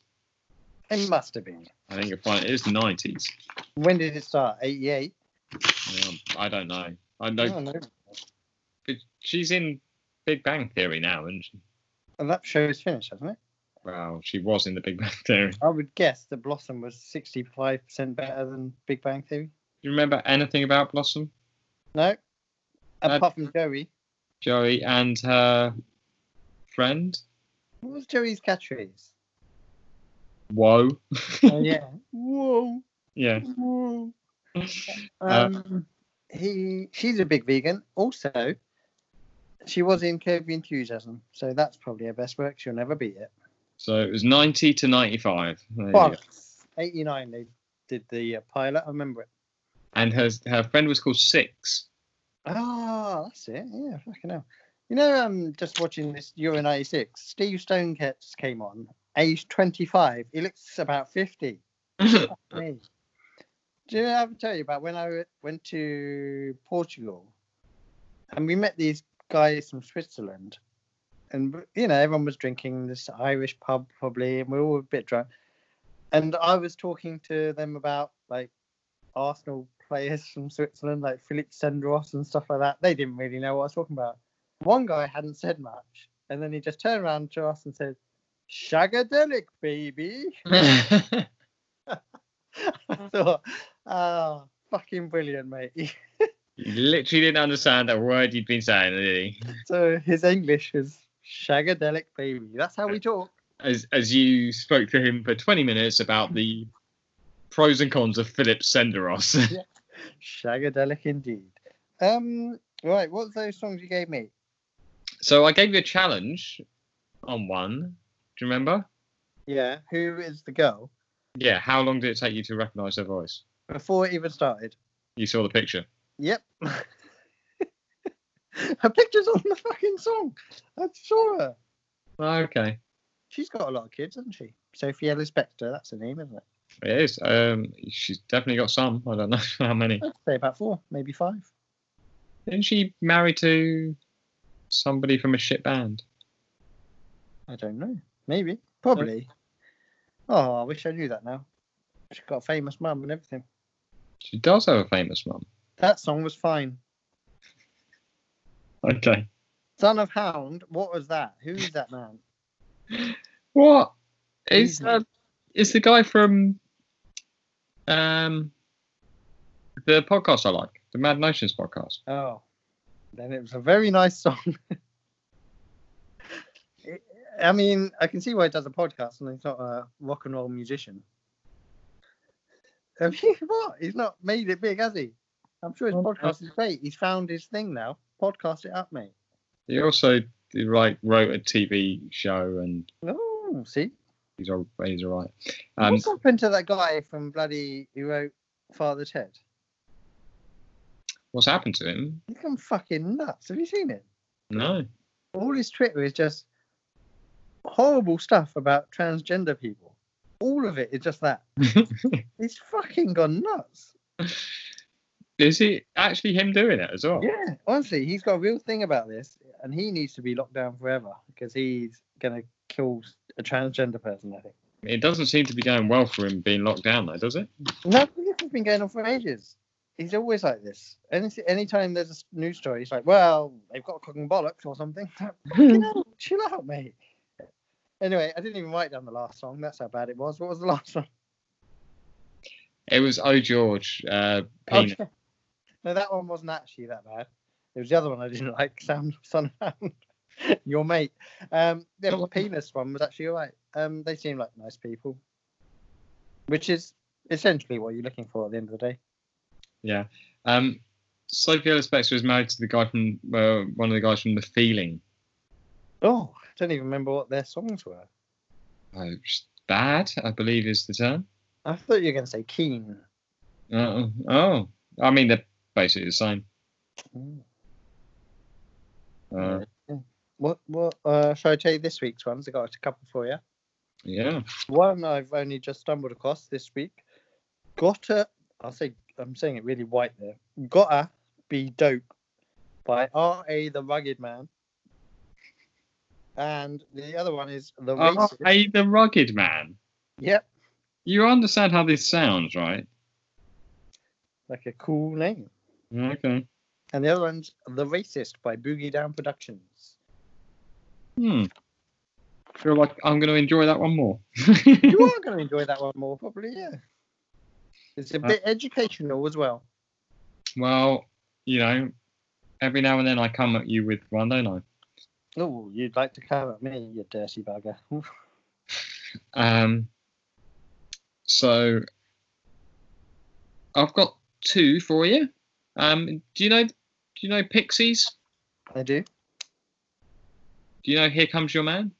A: It must have been.
B: I think you'll find it is nineties.
A: When did it start? 88?
B: Um, I don't know. I
A: I
B: know
A: don't know.
B: but she's in Big Bang Theory now, and she,
A: And that show's finished, hasn't it?
B: well, she was in the Big Bang Theory.
A: I would guess that Blossom was 65% better than Big Bang Theory.
B: Do you remember anything about Blossom,
A: No?
B: No.
A: Apart from Joey.
B: Joey, and her friend?
A: What was Joey's catchphrase?
B: Whoa.
A: oh, yeah. Whoa.
B: Yeah.
A: Whoa.
B: Uh,
A: Um, he, she's a big vegan. Also, she was in Curvy Enthusiasm. So that's probably her best work. She'll never beat it.
B: So it was ninety to ninety-five. There you go.
A: But 89, they did the uh, pilot. I remember it.
B: And her her friend was called Six.
A: Ah, that's it. Yeah, fucking hell. You know, um, just watching this Euro 96, Steve Stonecats came on, age 25. He looks about 50. Me. Do you know, I ever tell you about when I went to Portugal and we met these guys from Switzerland? And, you know, everyone was drinking in this Irish pub probably, and we were all a bit drunk. And I was talking to them about, like, Arsenal players from Switzerland, like Felix Senderos and stuff like that. They didn't really know what I was talking about. One guy hadn't said much, and then he just turned around to us and said, Shagadelic, baby. I thought, ah, fucking brilliant, mate.
B: He literally didn't understand a word you'd been saying, did he?
A: so his English is shagadelic, baby. That's how we talk.
B: As as you spoke to him for twenty minutes about the pros and cons of Philip Senderos.
A: Shagadelic indeed. Um, right, what was those songs you gave me?
B: so I gave you a challenge on one. Do you remember?
A: Yeah, who is the girl?
B: Yeah, how long did it take you to recognise her voice?
A: before it even started.
B: You saw the picture.
A: Yep. her picture's on the fucking song. I saw her.
B: Okay.
A: She's got a lot of kids, hasn't she? Sophie Ellis Bextor, that's her name, isn't it?
B: It is. Um, she's definitely got some. I don't know how many.
A: I'd say about four, maybe five.
B: Isn't she married to somebody from a shit band?
A: I don't know. Maybe. Probably. Oh, I wish I knew that now. She's got a famous mum and everything.
B: She does have a famous mum.
A: That song was fine.
B: Okay.
A: Son of Hound, what was that? Who's that man?
B: What is
A: Easy.
B: that? Is the guy from um the podcast I like, the Mad Notions podcast?
A: Oh, then it was a very nice song. It- I mean, I can see why he does a podcast and he's not a rock and roll musician. I mean, what? He's not made it big, has he? I'm sure his
B: Well,
A: podcast is great. He's found his thing now. Podcast it up, mate.
B: He also like wrote a TV show, and
A: Oh, see?
B: he's all he's all right. Um,
A: What's happened to that guy from bloody who wrote Father's Head?
B: what's happened to him?
A: He's gone fucking nuts. Have you seen it?
B: No.
A: all his Twitter is just horrible stuff about transgender people. All of it is just that. He's fucking gone nuts.
B: Is it actually him doing it as well?
A: Yeah, honestly, he's got a real thing about this, and he needs to be locked down forever because he's gonna kill a transgender person. I think.
B: It doesn't seem to be going well for him being locked down, though, does it?
A: No, this has been going on for ages. He's always like this. Any anytime there's a s- news story, he's like, "Well, they've got cocking bollocks or something." Fucking hell, chill out, mate. Anyway, I didn't even write down the last song. That's how bad it was. What was the last song?
B: It was Oh George, uh,
A: Oh,
B: Peanut.
A: yeah. No, that one wasn't actually that bad. It was the other one I didn't like, Sam Sunhound, your mate. Um, the
B: What?
A: penis one was actually all right. Um, they seem like nice people, which is essentially what you're looking for at the end of the day.
B: Yeah. Um, Sophie Ellis Bextor is married to the guy from uh, one of the guys from The Feeling.
A: Oh, I don't even remember what their songs were.
B: Uh, just bad, I believe, is the term.
A: I thought you were going to say Keen.
B: Uh, oh, I mean they're basically the same.
A: Mm.
B: Uh,
A: What, what, uh, shall I tell you this week's ones? I got a couple for you.
B: yeah.
A: One I've only just stumbled across this week. Gotta, I'll say, I'm saying it really white there. Gotta be dope by R.A. the Rugged Man. And the other one is the
B: Oh,
A: Racist.
B: hey, the rugged man.
A: Yep,
B: You understand how this sounds, right?
A: like a cool name.
B: Okay.
A: And the other one's the Racist by Boogie Down Productions.
B: Hmm. Feel like I'm going to enjoy that one more.
A: You are going to enjoy that one more, probably. Yeah, it's a bit educational as well.
B: well, you know, every now and then I come at you with one, don't I?
A: Oh, you'd like to come at me, you dirty bugger.
B: Um, so I've got two for you. Um, do you know? Do you know Pixies?
A: I do.
B: Do you know Here Comes Your Man?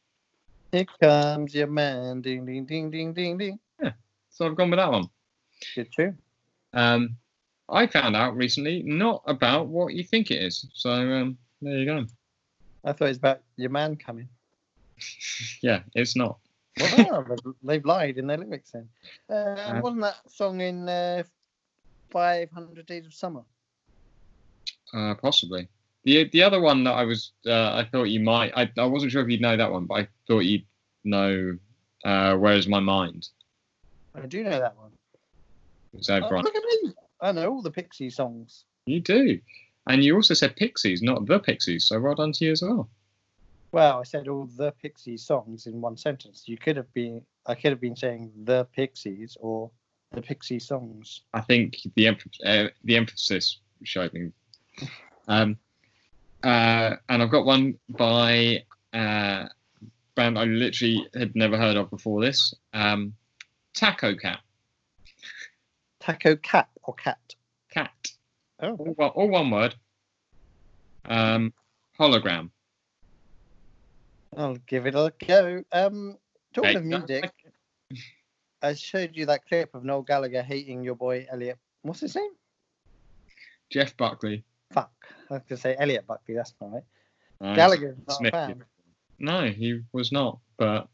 A: Here comes your man. Ding, ding, ding, ding, ding, ding.
B: So I've gone with that one.
A: Good tune.
B: Um, I found out recently not about what you think it is. So um, there you go.
A: I thought it was about your man coming.
B: Yeah, it's not.
A: Wow, they've- they've lied in their lyrics then. Uh,
B: Uh,
A: wasn't that song in uh, 500 Days of Summer?
B: Uh, possibly. The the other one that I was uh, I thought you might I, I wasn't sure if you'd know that one, but I thought you'd know uh, Where Is My Mind?
A: I do know that one.
B: Is that
A: Oh,
B: right?
A: look at me. I know all the Pixie songs.
B: You do. And you also said Pixies, not the Pixies. So well done to you as well.
A: Well, I said all the Pixie songs in one sentence. You could have been, I could have been saying the Pixies or the Pixie songs.
B: I think the emph- uh, the emphasis showed me. Um, uh, and I've got one by uh, band I literally had never heard of before this. Um, Taco Cat.
A: Taco Cat or Cat?
B: Cat.
A: Oh,
B: All one, all one word. Um, hologram.
A: I'll give it a go. Um, talking
B: Okay.
A: of music, I showed you that clip of Noel Gallagher hating your boy Elliot. What's his name?
B: Jeff Buckley.
A: Fuck. I was gonna say Elliot Buckley. That's not right.
B: No,
A: Gallagher's not
B: Smith.
A: a fan.
B: No, he was not. But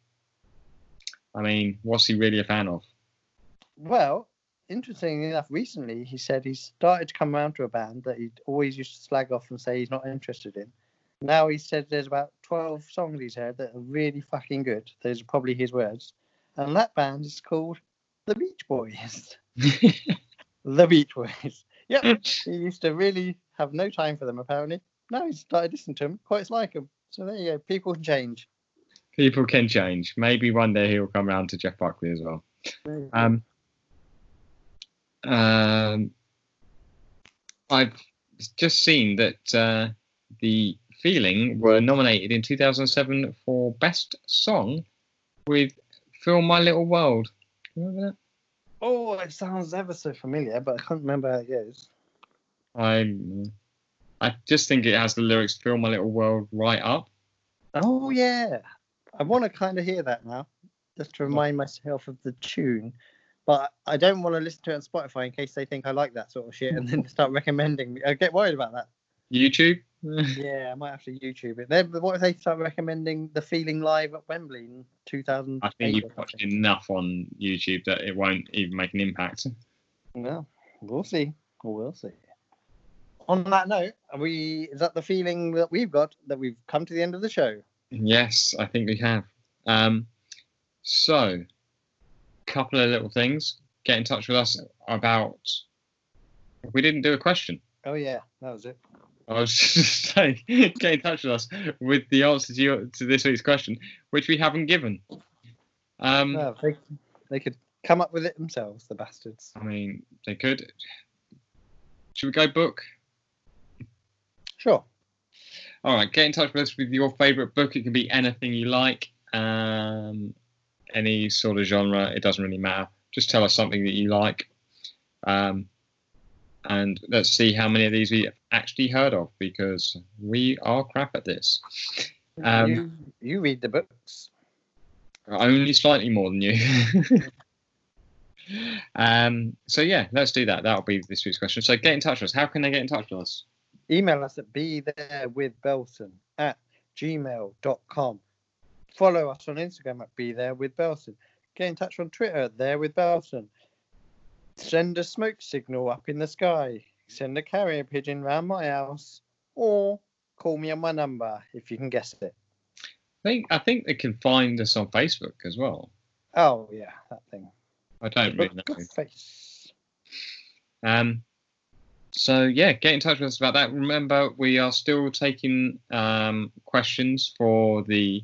B: I mean, what's he really a fan of?
A: Well, interestingly enough, recently he said he's started to come around to a band that he always used to slag off and say he's not interested in. Now he said there's about 12 songs he's heard that are really fucking good. Those are probably his words. And that band is called The Beach Boys. the Beach Boys. Yep, he used to really have no time for them apparently. Now he's started listening to them, quite like them. So there you go, people change.
B: People can change. Maybe one day he'll come round to Jeff Buckley as well. Um, um, I've just seen that uh, the Feeling were nominated in 2007 for Best Song with "Film My Little World." Remember
A: oh, it sounds ever so familiar, but I can't remember how it goes.
B: that? I I just think it has the lyrics "Fill My Little World" right up.
A: Oh yeah, I want to kind of hear that now, just to remind myself of the tune. But I don't want to listen to it on Spotify in case they think I like that sort of shit and then start recommending me. I get worried about that.
B: YouTube.
A: Yeah, I might have to YouTube it. Then what if they start recommending the Feeling live at Wembley in 2000?
B: I think you've watched enough on YouTube that it won't even make an impact.
A: Well, we'll see. We'll see. On that note, are we is that the feeling that we've got that we've come to the end of the show?
B: Yes, I think we have. Um, so, couple of little things. Get in touch with us about. We didn't do a question.
A: Oh yeah, that was it.
B: I was just saying, get in touch with us with the answer to, your, to this week's question, which we haven't given. Um,
A: Oh, they, they could come up with it themselves, the bastards.
B: I mean, they could. Should we go book?
A: Sure.
B: All right, get in touch with us with your favourite book. It can be anything you like, um, any sort of genre. It doesn't really matter. Just tell us something that you like, um, and let's see how many of these we have actually heard of because we are crap at this. Um,
A: you, you read the books.
B: Only slightly more than you. um, so yeah, let's do that. That'll be this week's question. So get in touch with us. How can they get in touch with us?
A: Email us at be there with Belson at gmail.com. Follow us on Instagram at be there with Belson. Get in touch on Twitter at there with Belson. Send a smoke signal up in the sky. Send a carrier pigeon round my house. Or call me on my number if you can guess it.
B: I think I think they can find us on Facebook as well.
A: Oh, yeah, that thing.
B: I don't really
A: Look,
B: know.
A: face.
B: Um, so yeah, get in touch with us about that. Remember, we are still taking um, questions for the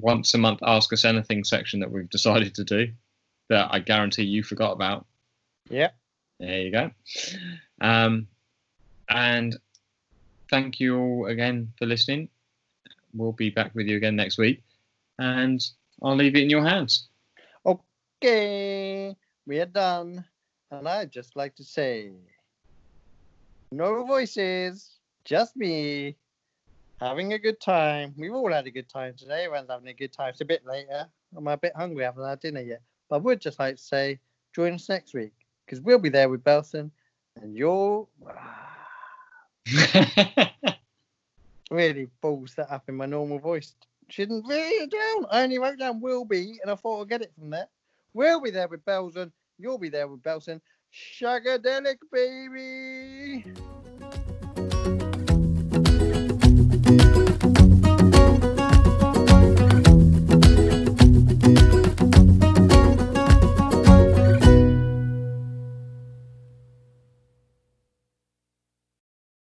B: once a month Ask Us Anything section that we've decided to do. That I guarantee you forgot about.
A: Yep.
B: There you go. Um, and thank you all again for listening. We'll be back with you again next week, and I'll leave it in your hands.
A: Okay, we are done. And I'd just like to say no voices, just me having a good time. We've all had a good time today. Everyone's having a good time. It's a bit later. I'm a bit hungry. I haven't had dinner yet. But I would just like to say join us next week because we'll be there with Belson and you'll ah, really balls that up in my normal voice. Shouldn't really down. I only wrote down will be, and I thought I'd get it from there. We'll be there with Belson. You'll be there with Belson. Shagadelic, baby.